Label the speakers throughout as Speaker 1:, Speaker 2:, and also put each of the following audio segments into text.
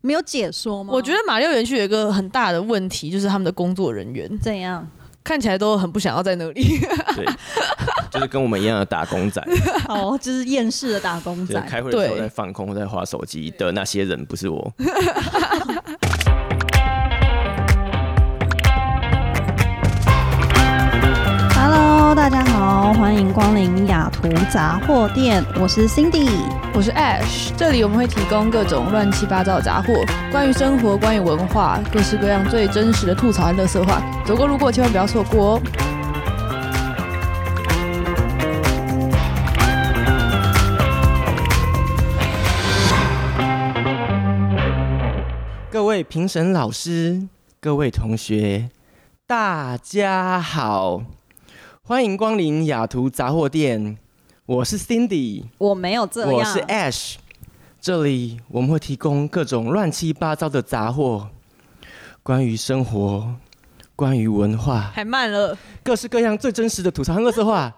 Speaker 1: 没有解说吗？
Speaker 2: 我觉得马六园区有一个很大的问题，就是他们的工作人员
Speaker 1: 怎样？
Speaker 2: 看起来都很不想要在那里。
Speaker 3: 对，就是跟我们一样的打 工仔，
Speaker 1: 哦，就是厌世的打工
Speaker 3: 就是
Speaker 1: 仔。
Speaker 3: 开会的时候
Speaker 2: 对
Speaker 3: 在放空、在划手机的那些人，不是我。
Speaker 1: Hello，大家好，欢迎光临雅图杂货店，我是 Cindy。
Speaker 2: 我是 Ash，这里我们会提供各种乱七八糟的杂货，关于生活，关于文化，各式各样最真实的吐槽和乐色话。走过路过千万不要错过哦。
Speaker 3: 各位评审老师、各位同学，大家好，欢迎光临雅图杂货店。我是 Cindy，
Speaker 1: 我没有这样，
Speaker 3: 我是 Ash，这里我们会提供各种乱七八糟的杂货，关于生活，关于文化，
Speaker 2: 还慢了，
Speaker 3: 各式各样最真实的吐槽和乐色话。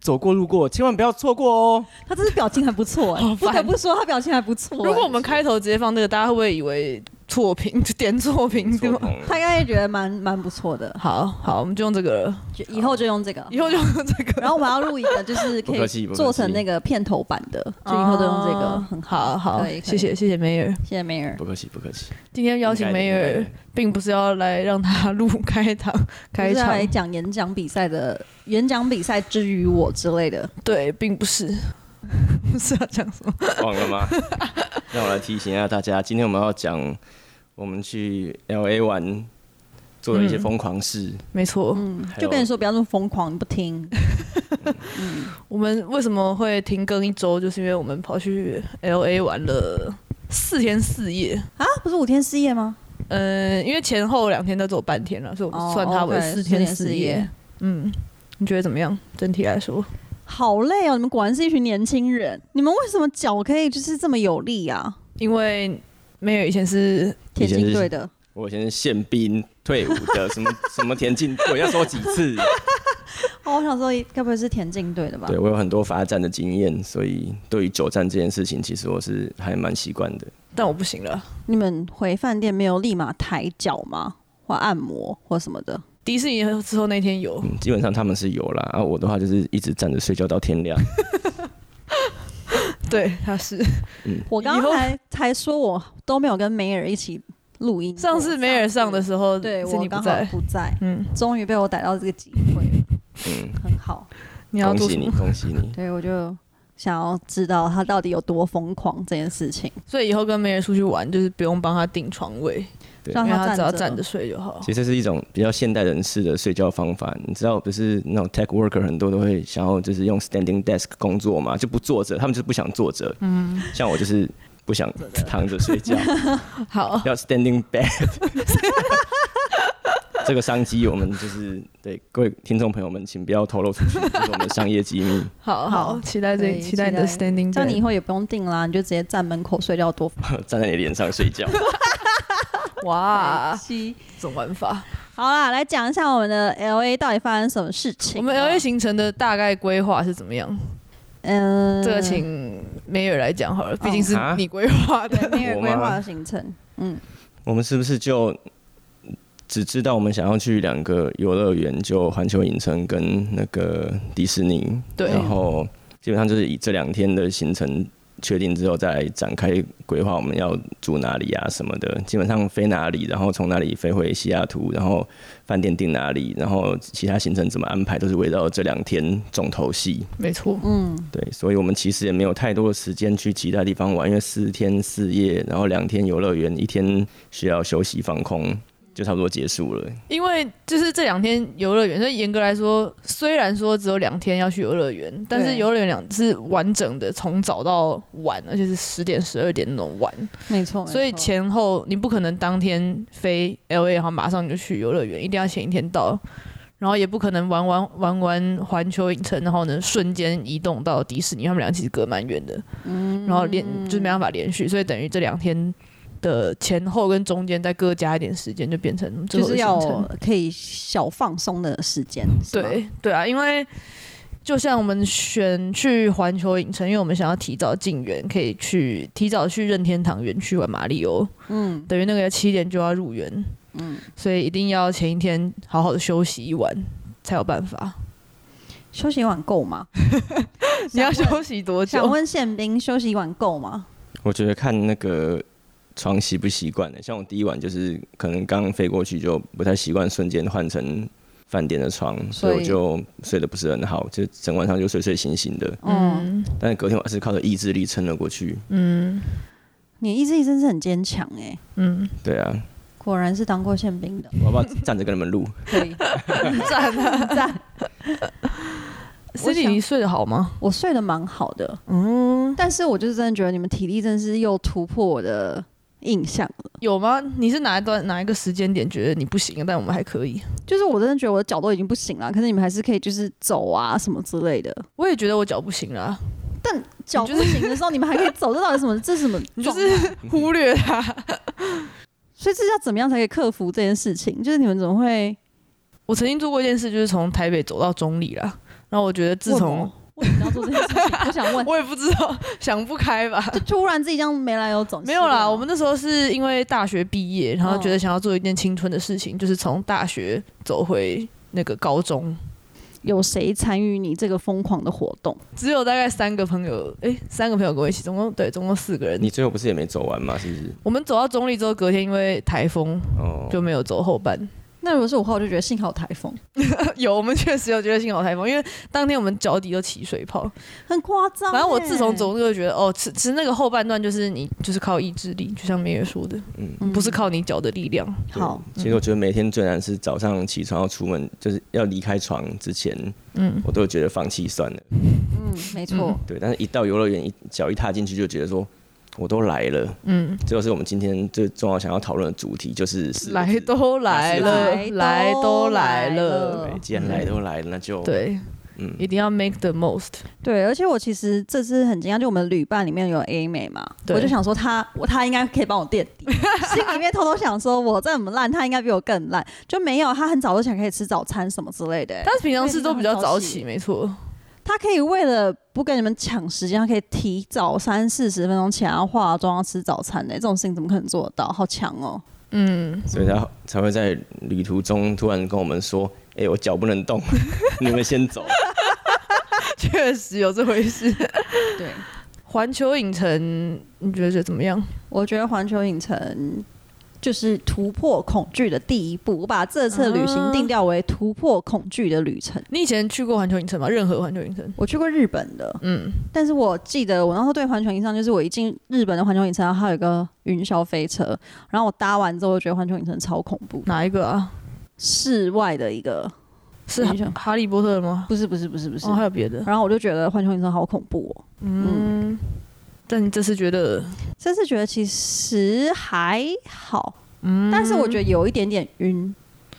Speaker 3: 走过路过，千万不要错过哦！
Speaker 1: 他这次表情还不 错哎、
Speaker 2: 好
Speaker 1: 不
Speaker 2: 烦
Speaker 1: 得不说他表情还不错哎、
Speaker 2: 如果我们开头直接放这个，大家会不会以为错评点错评对吗？
Speaker 1: 他应该觉得蛮蛮不错的，
Speaker 2: 好好，我们就用这个了，
Speaker 1: 就以后就用这个。
Speaker 2: 以后就用这个。
Speaker 1: 然后我们要录一个， 就是可
Speaker 3: 不客气
Speaker 1: 以
Speaker 3: 不客气
Speaker 1: 做成那个片头版的，就以后都用这个，
Speaker 2: 哦
Speaker 1: 很好。
Speaker 2: 好好
Speaker 1: 可以，可
Speaker 2: 谢
Speaker 1: 以
Speaker 2: 谢谢谢梅尔。
Speaker 1: 谢谢梅尔
Speaker 3: 不，客气，不客气。
Speaker 2: 今天邀请梅
Speaker 3: 应该的应
Speaker 2: 尔
Speaker 3: 该的，
Speaker 2: 并不是要来让他录开场开
Speaker 1: 就是
Speaker 2: 场，
Speaker 1: 来讲演讲比赛的演讲比赛之于我之类的。
Speaker 2: 对，并不是， 不是要讲什么。
Speaker 3: 忘了吗？让我来提醒一下大家，今天我们要讲我们去 L A 玩做的一些疯狂事，
Speaker 2: 没错，
Speaker 3: 还有
Speaker 1: 就跟你说不要那么疯狂，你不听。
Speaker 2: 我们为什么会停更一周，就是因为我们跑去 L A 玩了四天四夜。
Speaker 1: 啊，不是五天四夜吗？
Speaker 2: 嗯，因为前后两天都走半天了，所以我
Speaker 1: 哦
Speaker 2: 算它为
Speaker 1: OK，四
Speaker 2: 四天
Speaker 1: 天
Speaker 2: 四
Speaker 1: 四
Speaker 2: 夜
Speaker 1: 夜。
Speaker 2: 嗯，你觉得怎么样？整体来说，
Speaker 1: 好累哦！你们果然是一群年轻人。你们为什么脚可以就是这么有力啊？
Speaker 2: 因为梅尔以前是
Speaker 1: 田
Speaker 3: 以前
Speaker 1: 径
Speaker 3: 是
Speaker 1: 队的，
Speaker 3: 我以前是宪兵退伍的，什么什么田径队，要说几次？
Speaker 1: 哦，我想说，该不会是田径队的吧
Speaker 3: 对？我有很多罚站的经验，所以对于久站这件事情，其实我是还蛮习惯的。
Speaker 2: 但我不行了。
Speaker 1: 你们回饭店没有立马抬脚吗？或按摩或什么的？
Speaker 2: 迪士尼之后那天有，
Speaker 3: 嗯，基本上他们是有啦，啊，我的话就是一直站着睡觉到天亮。
Speaker 2: 对，他是
Speaker 1: 我刚
Speaker 2: 以后
Speaker 1: 刚还 还说我都没有跟梅尔一起录音过。
Speaker 2: 上次梅尔上的时候，
Speaker 1: 对
Speaker 2: 是
Speaker 1: 我
Speaker 2: 你不
Speaker 1: 刚好
Speaker 2: 在。
Speaker 1: 不在，
Speaker 2: 嗯，
Speaker 1: 终于被我逮到这个机会了，
Speaker 3: 嗯，
Speaker 1: 很好。
Speaker 2: 你要
Speaker 3: 恭
Speaker 2: 做
Speaker 3: 喜
Speaker 2: 什
Speaker 3: 你，
Speaker 2: 么？
Speaker 3: 恭喜你。
Speaker 1: 对我就想要知道他到底有多疯狂这件事情，
Speaker 2: 所以以后跟梅尔出去玩，就是不用帮他订床位，
Speaker 3: 对
Speaker 1: 让
Speaker 2: 因为他
Speaker 1: 他
Speaker 2: 只要
Speaker 1: 站
Speaker 2: 站着睡就好。
Speaker 3: 其实是一种比较现代人士的睡觉方法。你知道，不是那种 tech worker 很多都会想要就是用 standing desk 工作嘛，就不坐着，他们就是不想坐着。嗯，像我就是不想躺着睡觉，
Speaker 2: 好，
Speaker 3: 要 standing bed。这个商机，我们就是对各位听众朋友们，请不要透露出去，这是我们的商业机密。
Speaker 2: 好好，
Speaker 1: 好
Speaker 2: 期待
Speaker 1: 可
Speaker 2: 这，
Speaker 1: 以
Speaker 2: 期待你的
Speaker 1: 期待
Speaker 2: standing
Speaker 1: 这样你
Speaker 2: bed
Speaker 1: 以后也不用订啦，你就直接站门口睡觉多
Speaker 3: 站在你脸上睡觉，
Speaker 2: 哇，
Speaker 1: 吸。
Speaker 2: 这种玩法。
Speaker 1: 好啦，来讲一下我们的 L A 到底发生什么事情。啊
Speaker 2: 我们 L A 行程的大概规划是怎么样？
Speaker 1: 嗯，
Speaker 2: 这个请梅尔来讲好了，毕竟是
Speaker 3: 啊
Speaker 2: 你规划的。
Speaker 1: 对梅尔
Speaker 3: 我
Speaker 1: 规
Speaker 3: 吗
Speaker 1: 划的行程，嗯，
Speaker 3: 我们是不是就只知道我们想要去两个游乐园，就环球影城跟那个迪士尼？
Speaker 2: 对
Speaker 3: 然后基本上就是以这两天的行程确定之后，再展开规划我们要住哪里啊什么的。基本上飞哪里，然后从哪里飞回西雅图，然后饭店订哪里，然后其他行程怎么安排，都是围绕这两天重头戏。
Speaker 2: 没错，
Speaker 1: 嗯
Speaker 3: 对，所以我们其实也没有太多的时间去其他地方玩，因为四天四夜，然后两天游乐园，一天需要休息放空，就差不多结束了。
Speaker 2: 因为就是这两天游乐园，所以严格来说，虽然说只有两天要去游乐园，但是
Speaker 1: 对
Speaker 2: 游乐园两是完整的，从早到晚，而且是十点、十二点那种玩。
Speaker 1: 没错。
Speaker 2: 所以
Speaker 1: 没错
Speaker 2: 前后你不可能当天飞 L A，然后马上就去游乐园，一定要前一天到。然后也不可能玩玩玩玩环球影城，然后呢瞬间移动到迪士尼，他们俩其实隔蛮远的，
Speaker 1: 嗯
Speaker 2: 然后连就是没办法连续，所以等于这两天的前后跟中间再各加一点时间，就变成最
Speaker 1: 就
Speaker 2: 后
Speaker 1: 是
Speaker 2: 的行
Speaker 1: 要
Speaker 2: 程。
Speaker 1: 可以小放松的时间，是吗
Speaker 2: 对对啊，因为就像我们选去环球影城，因为我们想要提早进园，可以去提早去任天堂园区玩马里欧。嗯，等于那个要七点就要入园。嗯，所以一定要前一天好好的休息一晚，才有办法。
Speaker 1: 休息一晚够吗？
Speaker 2: 你要
Speaker 1: 想问
Speaker 2: 休息多久？
Speaker 1: 想问宪兵，休息一晚够吗？
Speaker 3: 我觉得看那个床习不习惯的，欸像我第一晚就是可能刚飞过去就不太习惯，瞬间换成饭店的床，所
Speaker 1: 所
Speaker 3: 以我
Speaker 1: 以
Speaker 3: 就睡得不是很好，就整晚上就睡睡醒醒的。
Speaker 1: 嗯，
Speaker 2: 嗯
Speaker 3: 但是隔天我还是靠着意志力撑了过去。
Speaker 2: 嗯
Speaker 1: 你意志力真是很坚强哎，
Speaker 2: 嗯，
Speaker 3: 对啊，
Speaker 1: 果然是当过宪兵的，
Speaker 3: 我要不要 站着跟你们录？
Speaker 1: 可 以
Speaker 2: 赞啊！
Speaker 1: 赞。
Speaker 2: c i
Speaker 1: 想
Speaker 2: 你睡得好吗？
Speaker 1: 我睡得蛮好的，
Speaker 2: 嗯，
Speaker 1: 但是我就是真的觉得你们体力真是又突破我的印象了。
Speaker 2: 有吗？你是哪一段哪一个时间点觉得你不行，但我们还可以？
Speaker 1: 就是我真的觉得我的脚都已经不行了，可是你们还是可以就是走啊什么之类的。
Speaker 2: 我也觉得我脚不行了，
Speaker 1: 但脚不行的时候，你们还可以走，这到底什么？ 这是什么
Speaker 2: 你就
Speaker 1: 状态？
Speaker 2: 是 忽略它。
Speaker 1: 所以这要怎么样才可以克服这件事情？就是你们怎么会？
Speaker 2: 我曾经做过一件事，就是从台北走到中里啦。然后我觉得自从
Speaker 1: 为什么要做这件事情？我想问，
Speaker 2: 我也不知道，想不开吧。
Speaker 1: 就突然自己这样没来由走，
Speaker 2: 没有啦，我们那时候是因为大学毕业，然后
Speaker 1: 嗯
Speaker 2: 觉得想要做一件青春的事情，就是从大学走回那个高中。
Speaker 1: 有谁参与你这个疯狂的活动？
Speaker 2: 只有大概三个朋友，诶，三个朋友跟我一起，总共对，总共四个人。
Speaker 3: 你最后不是也没走完吗？是不是？
Speaker 2: 我们走到中立之后，隔天因为台风
Speaker 3: 哦，
Speaker 2: 就没有走后半。
Speaker 1: 那如果是我的话，我就觉得幸好有台风，
Speaker 2: 有，我们确实有觉得幸好台风，因为当天我们脚底都起水泡。
Speaker 1: 很夸张欸、
Speaker 2: 反正我自从走路就觉得，哦，其其实那个后半段就是你就是靠意志力，就像梅尔说的，
Speaker 3: 嗯
Speaker 1: 嗯
Speaker 2: 不是靠你脚的力量。
Speaker 3: 对
Speaker 1: 好，
Speaker 3: 其实我觉得每天最难是早上起床要出门，就是要离开床之前，
Speaker 2: 嗯，
Speaker 3: 我都觉得放弃算了。
Speaker 1: 嗯，没错，
Speaker 3: 对，但是一到游乐园，一脚一踏进去就觉得说，我都来了。
Speaker 2: 嗯，
Speaker 3: 这就是我们今天最重要想要讨论的主题，就是四个字
Speaker 2: 来都来了，来都来了。
Speaker 3: 对，既然来都来了，那就，
Speaker 2: 对，
Speaker 3: 嗯，
Speaker 2: 一定要 make the most。
Speaker 1: 对，而且我其实这次很惊讶，就我们旅伴里面有 A 妹嘛，
Speaker 2: 对
Speaker 1: 我就想说她，我她应该可以帮我垫底， 心里面偷偷想说，我再怎么烂，她应该比我更烂，就没有，她很早就想可以吃早餐什么之类的、欸，
Speaker 2: 但是平常是都比较早
Speaker 1: 因为你
Speaker 2: 起，没错。
Speaker 1: 她可以为了不跟你们抢时间，她可以提早三四十分钟起来要化妆要吃早餐的、这种事情怎么可能做得到？好强哦、
Speaker 2: 嗯，
Speaker 3: 所以他才会在旅途中突然跟我们说，哎、我脚不能动， 你们先走。
Speaker 2: 确实有这回事。
Speaker 1: 对，
Speaker 2: 环球影城，你觉得怎么样？
Speaker 1: 我觉得环球影城就是突破恐惧的第一步，我把这次的旅行定调为突破恐惧的旅程。
Speaker 2: 你以前去过环球影城吗？任何环球影城？
Speaker 1: 我去过日本的，
Speaker 2: 嗯，
Speaker 1: 但是我记得我那时候对环球影城，就是我一进日本的环球影城，然后它有一个云霄飞车，然后我搭完之后，我觉得环球影城超恐怖，
Speaker 2: 哪一个啊？
Speaker 1: 室外的一个，
Speaker 2: 是
Speaker 1: 等一下
Speaker 2: 哈哈利波特的吗？
Speaker 1: 不是不是不是不是，
Speaker 2: 哦，还有别的。
Speaker 1: 然后我就觉得环球影城好恐怖哦。
Speaker 2: 嗯，但你这次觉得，
Speaker 1: 这次觉得其实还好，
Speaker 2: 嗯，
Speaker 1: 但是我觉得有一点点晕，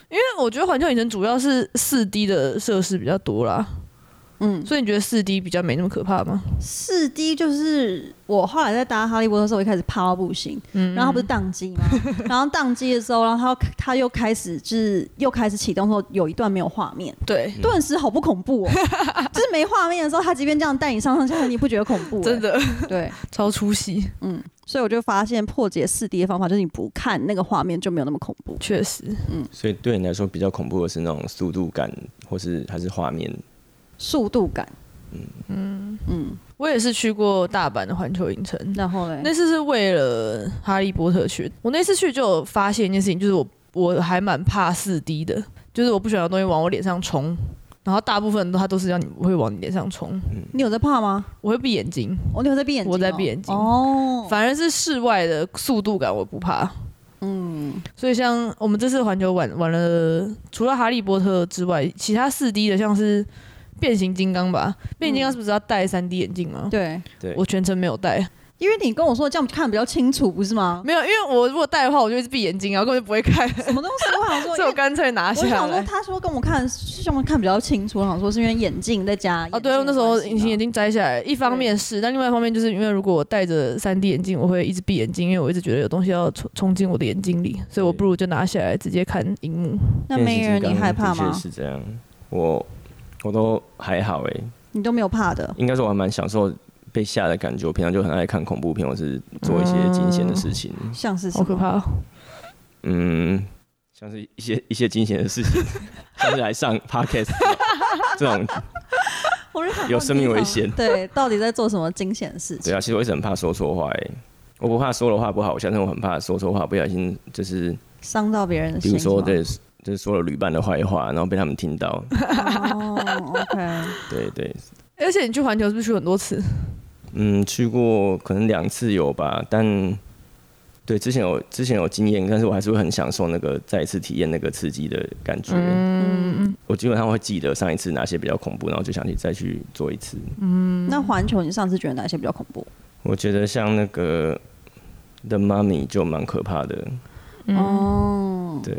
Speaker 2: 因为我觉得环球影城主要是四 D 的设施比较多啦，
Speaker 1: 嗯，
Speaker 2: 所以你觉得四 D 比较没那么可怕吗？
Speaker 1: 四 D 就是我后来在搭哈利波特的时候，我一开始怕到不行，
Speaker 2: 嗯，
Speaker 1: 然后它不是宕机吗？然后宕机的时候，然后它它又开始就是又开始启动的时候，有一段没有画面，
Speaker 2: 嗯对，
Speaker 1: 顿时好不恐怖 哦，就是没画面的时候，它即便这样带你上上下下，你也不觉得恐怖、欸，
Speaker 2: 真的
Speaker 1: 对，
Speaker 2: 超出戏，
Speaker 1: 嗯，所以我就发现破解四 D 的方法就是你不看那个画面就没有那么恐怖，
Speaker 2: 确实。
Speaker 3: 所以对你来说比较恐怖的是那种速度感，或是还是画面。
Speaker 1: 速度感，嗯嗯，
Speaker 2: 我也是去过大阪的环球影城，
Speaker 1: 然后嘞，
Speaker 2: 那次是为了《哈利波特》去。我那次去就有发现一件事情，就是我我还蛮怕四 D 的，就是我不喜欢有东西往我脸上冲，然后大部分都它都是让你会往你脸上冲，
Speaker 1: 你有在怕吗？
Speaker 2: 我会闭眼睛。
Speaker 1: 哦，你有在闭眼睛哦、
Speaker 2: 我在闭眼睛
Speaker 1: 哦，
Speaker 2: 反而是室外的速度感我不怕，嗯。所以像我们这次环球玩玩了，除了《哈利波特》之外，其他四 D 的像是变形金刚吧，变形金刚是不是要戴三 D 眼镜吗？
Speaker 1: 对，
Speaker 3: 对，
Speaker 2: 我全程没有戴，
Speaker 1: 因为你跟我说这样看比较清楚，不是 吗？
Speaker 2: 没有，因为我如果戴的话，我就一直闭眼睛啊，我根本就不会看。
Speaker 1: 什么东西？我想说，
Speaker 2: 所以我干脆拿
Speaker 1: 哦我
Speaker 2: 下
Speaker 1: 想说，
Speaker 2: 来。
Speaker 1: 他说跟我看是像我看比较清楚，我想说是因为眼镜在加
Speaker 2: 哦，对，那时候隐形
Speaker 1: 镜
Speaker 2: 眼镜摘下来，一方面是，但另外一方面就是因为如果我戴着三 D 眼镜，我会一直闭眼睛，因为我一直觉得有东西要冲冲进我的眼睛里，所以我不如就拿下来直接看荧
Speaker 1: 的关系
Speaker 2: 幕。
Speaker 1: 吧。那梅
Speaker 3: 变形
Speaker 1: 人，
Speaker 3: 金
Speaker 1: 你
Speaker 3: 刚
Speaker 1: 害怕
Speaker 3: 的确
Speaker 1: 吗？
Speaker 3: 是这样，我我都还好哎、
Speaker 1: 你都没有怕的，
Speaker 3: 应该说我还蛮享受被吓的感觉。我平常就很爱看恐怖片，或是做一些惊险的事情。
Speaker 1: 像是什
Speaker 2: 好
Speaker 1: 么
Speaker 2: 可怕哦！
Speaker 3: 嗯，像是一些一些惊险的事情， 像是来上 podcast 这种。
Speaker 1: 我就想说
Speaker 3: 有生命危
Speaker 1: 你
Speaker 3: 险
Speaker 1: 平常 对，到底在做什么惊险的事
Speaker 3: 对
Speaker 1: 情？
Speaker 3: 啊，其实我一直很怕说错话、欸，我不怕说了话不好笑，但我很怕说错话，不小心就是，
Speaker 1: 伤到别人的
Speaker 3: 比
Speaker 1: 心
Speaker 3: 如
Speaker 1: 是吗。
Speaker 3: 说对，就是说了旅伴的坏话，然后被他们听到。
Speaker 1: 哦，OK，
Speaker 2: 嗯
Speaker 3: 对对，
Speaker 2: 而且你去环球是不是去很多次？
Speaker 3: 嗯，去过可能两次有吧，但对之前有之前有经验，但是我还是会很享受那个再一次体验那个刺激的感觉。
Speaker 2: 嗯，
Speaker 3: 我基本上会记得上一次哪些比较恐怖，然后就想去再去做一次。
Speaker 2: 嗯
Speaker 1: 那环球你上次觉得哪些比较恐怖？
Speaker 3: 我觉得像那个的妈咪就蛮可怕的，
Speaker 1: 嗯
Speaker 2: 嗯
Speaker 1: 哦，
Speaker 3: 对，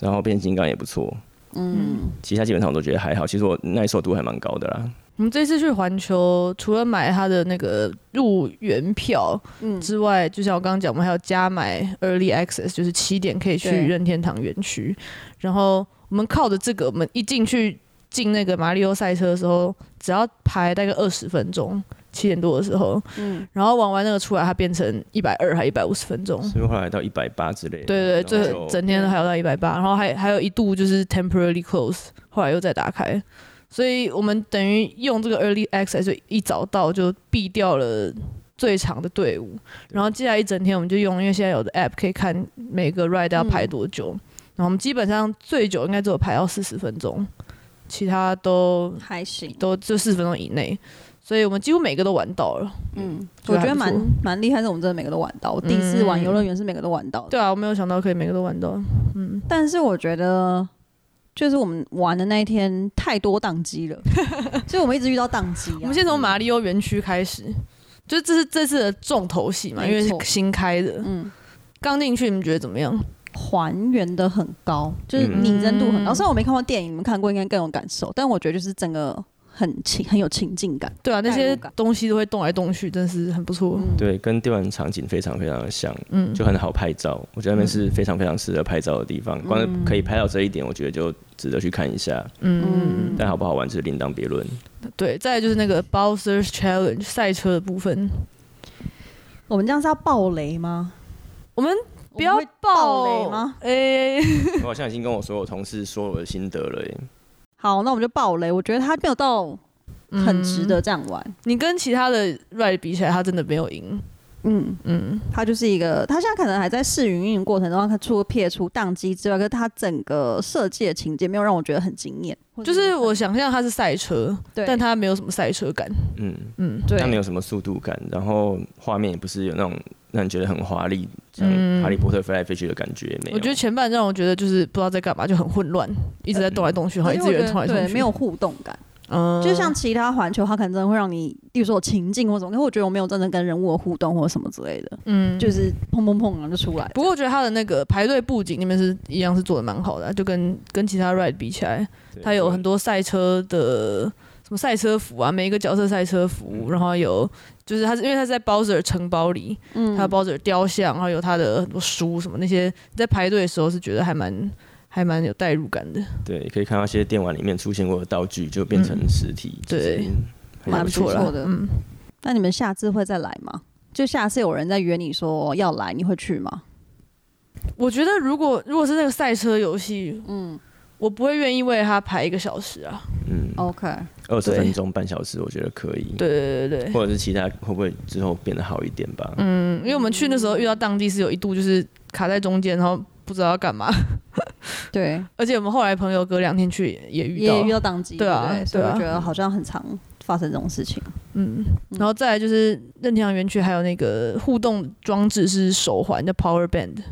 Speaker 3: 然后变形金刚也不错，
Speaker 1: 嗯，
Speaker 3: 其他基本上我都觉得还好。其实我耐受度还蛮高的啦。
Speaker 2: 我们这次去环球，除了买它的那个入园票
Speaker 1: 嗯
Speaker 2: 之外，就像我刚刚讲，我们还有加买 Early Access，就是七点可以去
Speaker 1: 对
Speaker 2: 任天堂园区。然后我们靠着这个，我们一进去进那个马里奥赛车的时候，只要排大概二十分钟，七点多的时候，
Speaker 1: 嗯
Speaker 2: 然后玩完那个出来，它变成一百二还一百五十分钟。
Speaker 3: 是不是后来到一百八之类的？
Speaker 2: 对对，
Speaker 3: 然
Speaker 2: 最
Speaker 3: 后就
Speaker 2: 整天还有到一百八，然后还还有一度就是 temporarily close，后来又再打开，所以我们等于用这个 early access 就一早到就避掉了最长的队伍，然后接下来一整天我们就用，因为现在有的 app 可以看每个 ride 要
Speaker 3: 嗯
Speaker 2: 排多久，然后我们基本上最久应该只有排到四十分钟，其他都
Speaker 1: 还行，
Speaker 2: 都就四十分钟以内，所以我们几乎每个都玩到了。
Speaker 1: 嗯，
Speaker 2: 觉
Speaker 1: 我
Speaker 2: 得还
Speaker 1: 觉
Speaker 2: 不
Speaker 1: 得蛮
Speaker 2: 错
Speaker 1: 蛮厉害的，我们真的每个都玩到。我第一次玩
Speaker 2: 嗯
Speaker 1: 游乐园是每个都玩到的，
Speaker 2: 对啊，我没有想到可以每个都玩到，嗯。
Speaker 1: 但是我觉得。就是我们玩的那一天太多宕机 了，所以我们一直遇到宕机、啊。
Speaker 2: 我们先从马里奥园区开始，就是这是这次的重头戏嘛，因
Speaker 1: 没
Speaker 2: 为
Speaker 1: 错
Speaker 2: 是新开的。
Speaker 1: 嗯
Speaker 2: 刚进去你们觉得怎么样？
Speaker 1: 还原的很高，就是
Speaker 3: 嗯
Speaker 1: 拟真度很高。
Speaker 2: 嗯
Speaker 1: 虽然我没看过电影，你们看过应该更有感受，但我觉得就是整个很情很有情境感。
Speaker 2: 对啊，那
Speaker 1: 代
Speaker 2: 些
Speaker 1: 入感
Speaker 2: 东西都会动来动去，真是很不错。
Speaker 3: 对，跟电玩场景非常非常的像，
Speaker 2: 嗯，
Speaker 3: 就很好拍照。我觉得那边是非常非常适合拍照的地方，光是可以拍到这一点，我觉得就值得去看一下。
Speaker 2: 嗯，
Speaker 3: 但好不好玩就是另当别 论。
Speaker 1: 嗯
Speaker 2: 对。再来就是那个 Bowser's Challenge 赛车的部分，
Speaker 1: 我们这样是要爆雷吗？
Speaker 2: 我们不要
Speaker 1: 我们会爆雷吗？？
Speaker 2: 诶、
Speaker 3: 我好像已经跟我所有同事说我的心得了耶。
Speaker 1: 好，那我们就爆雷。我觉得它没有到很值
Speaker 2: 嗯
Speaker 1: 得这样玩。
Speaker 2: 你跟其他的 Ride 比起来，它真的没有赢。
Speaker 1: 嗯嗯，它就是一个，它现在可能还在试营运过程中，它除了撇除宕机之外，可是它整个设计的情节没有让我觉得很惊艳。或者
Speaker 2: 就是我
Speaker 1: 很，
Speaker 2: 想象它是赛车，
Speaker 1: 对
Speaker 2: 但它没有什么赛车感。
Speaker 3: 嗯，
Speaker 2: 嗯，
Speaker 1: 对
Speaker 3: 它没有什么速度感，然后画面也不是有那种让你觉得很华丽，像哈利波特飞来飞去的感觉也没
Speaker 2: 嗯
Speaker 3: 有。
Speaker 2: 我觉得前半让我觉得就是不知道在干嘛，就很混乱，一直在动来动去，然后
Speaker 1: 而
Speaker 2: 一
Speaker 1: 且
Speaker 2: 直
Speaker 1: 我
Speaker 2: 有
Speaker 1: 觉
Speaker 2: 人
Speaker 1: 得
Speaker 2: 冲来冲
Speaker 1: 对
Speaker 2: 去，
Speaker 1: 没有互动感。
Speaker 2: 嗯，
Speaker 1: 就像其他环球，它可能真的会让你，例如说有情境或什么，可是我觉得我没有真的跟人物有互动或什么之类的，
Speaker 2: 嗯，。
Speaker 1: 就是是砰砰砰然后就出来了。
Speaker 2: 不过我觉得他的那个排队布景那边是一样是做的蛮好的啊、就跟跟其他 ride 比起来，
Speaker 3: 对
Speaker 2: 它有很多赛车的什么赛车服啊，每一个角色赛车服，然后有就是它是因为它是在 Bowser 城堡里，
Speaker 1: 嗯
Speaker 2: 它有 Bowser 雕像，然后有它的很多书什么那些，在排队的时候是觉得还蛮还蛮有代入感的，
Speaker 3: 对，可以看到一些电玩里面出现过的道具就变成实体，
Speaker 2: 嗯对
Speaker 3: 就是很有
Speaker 1: 蛮
Speaker 2: 蛮
Speaker 1: 不
Speaker 2: 不
Speaker 3: 趣
Speaker 1: 错
Speaker 2: 错啦
Speaker 1: 的
Speaker 2: 嗯，
Speaker 1: 那你们下次会再来吗？就下次有人在约你说要来，你会去吗？
Speaker 2: 我觉得如果如果是那个赛车游戏，
Speaker 1: 嗯
Speaker 2: 我不会愿意为它排一个小时啊。
Speaker 3: 嗯，
Speaker 1: ，OK，
Speaker 3: 二十
Speaker 2: 对
Speaker 3: 分钟半小时我觉得可以，
Speaker 2: 对对对对，
Speaker 3: 或者是其他会不会之后变得好一点吧？
Speaker 2: 嗯，因为我们去那时候遇到当地是有一度就是卡在中间，然后不知道要干嘛，
Speaker 1: 对，
Speaker 2: 而且我们后来朋友隔两天去也遇到
Speaker 1: 也，遇到宕机，
Speaker 2: 对啊
Speaker 1: 不所以
Speaker 2: 对
Speaker 1: 我
Speaker 2: 啊
Speaker 1: 觉得好像很常发生这种事情。
Speaker 2: 嗯，然后再来就是任天堂园区还有那个互动装置是手环叫 Power Band，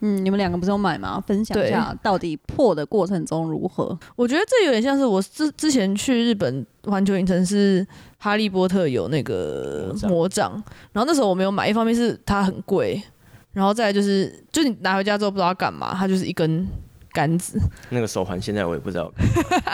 Speaker 1: 嗯，你们两个不是有买吗？分享一
Speaker 2: 对
Speaker 1: 下到底破的过程中如何？
Speaker 2: 我觉得这有点像是我之之前去日本环球影城是哈利波特有那个
Speaker 3: 魔杖
Speaker 2: 魔杖，然后那时候我没有买，一方面是它很贵，然后再来就是就你拿回家之后不知道要干嘛，它就是一根杆子。
Speaker 3: 那个手环现在我也不知道，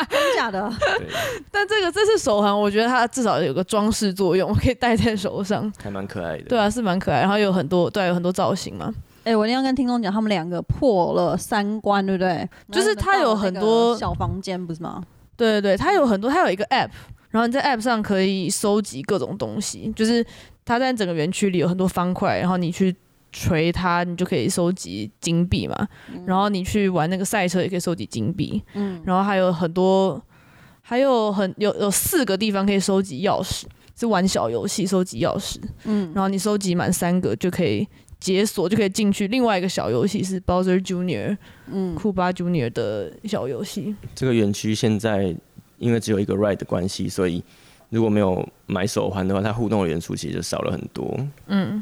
Speaker 1: 真假的？
Speaker 3: 对，
Speaker 2: 但这个这次手环，我觉得它至少有个装饰作用，我可以戴在手上。
Speaker 3: 还蛮可爱的。
Speaker 2: 对啊，是蛮可爱，然后有很多对啊、有很多造型嘛。
Speaker 1: 哎、我一定要跟听众讲，他们两个破了三关，对不对？
Speaker 2: 就是
Speaker 1: 然后你们
Speaker 2: 它有
Speaker 1: 到了
Speaker 2: 很
Speaker 1: 那个
Speaker 2: 多
Speaker 1: 小房间，不是吗？
Speaker 2: 对对对，它有很多，它有一个 app，然后你在 App 上可以收集各种东西，就是它在整个园区里有很多方块，然后你去锤它，你就可以收集金币嘛。然后你去玩那个赛车也可以收集金币，
Speaker 1: 嗯，
Speaker 2: 然后还有很多，还有很有有四个地方可以收集钥匙，是玩小游戏收集钥匙。
Speaker 1: 嗯，
Speaker 2: 然后你收集满三个就可以解锁，就可以进去另外一个小游戏是 Bowser Junior，
Speaker 1: 嗯
Speaker 2: 库巴 Junior 的小游戏。
Speaker 3: 这个园区现在因为只有一个 ride 的关系，所以如果没有买手环的话，它互动的元素其实就少了很多。
Speaker 2: 嗯，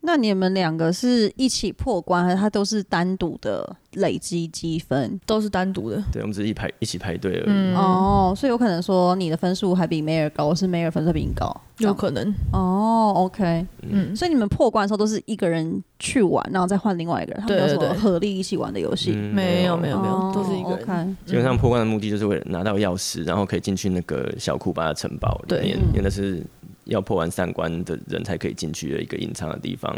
Speaker 1: 那你们两个是一起破关，还是它都是单独的累积积分？
Speaker 2: 都是单独的。
Speaker 3: 对，我们只是一排一起排队而已。
Speaker 2: 嗯，
Speaker 1: 哦，所以有可能说你的分数还比梅尔高，是梅尔分数比你高，
Speaker 2: 有可能。
Speaker 1: 能。哦，OK，
Speaker 2: 嗯，
Speaker 1: 所以你们破关的时候都是一个人去玩，然后再换另外一个人，他们
Speaker 2: 对
Speaker 1: 有什么
Speaker 2: 对对
Speaker 1: 合力一起玩的游戏？
Speaker 3: 嗯
Speaker 2: 没有没有没有，
Speaker 1: 哦
Speaker 2: 都是一个人。
Speaker 1: OK，
Speaker 3: 基本上破关的目的就是为了拿到钥匙，然后可以进去那个小库巴的城堡里面
Speaker 1: 对，
Speaker 3: 因为那是要破完三关的人才可以进去的一个隐藏的地方。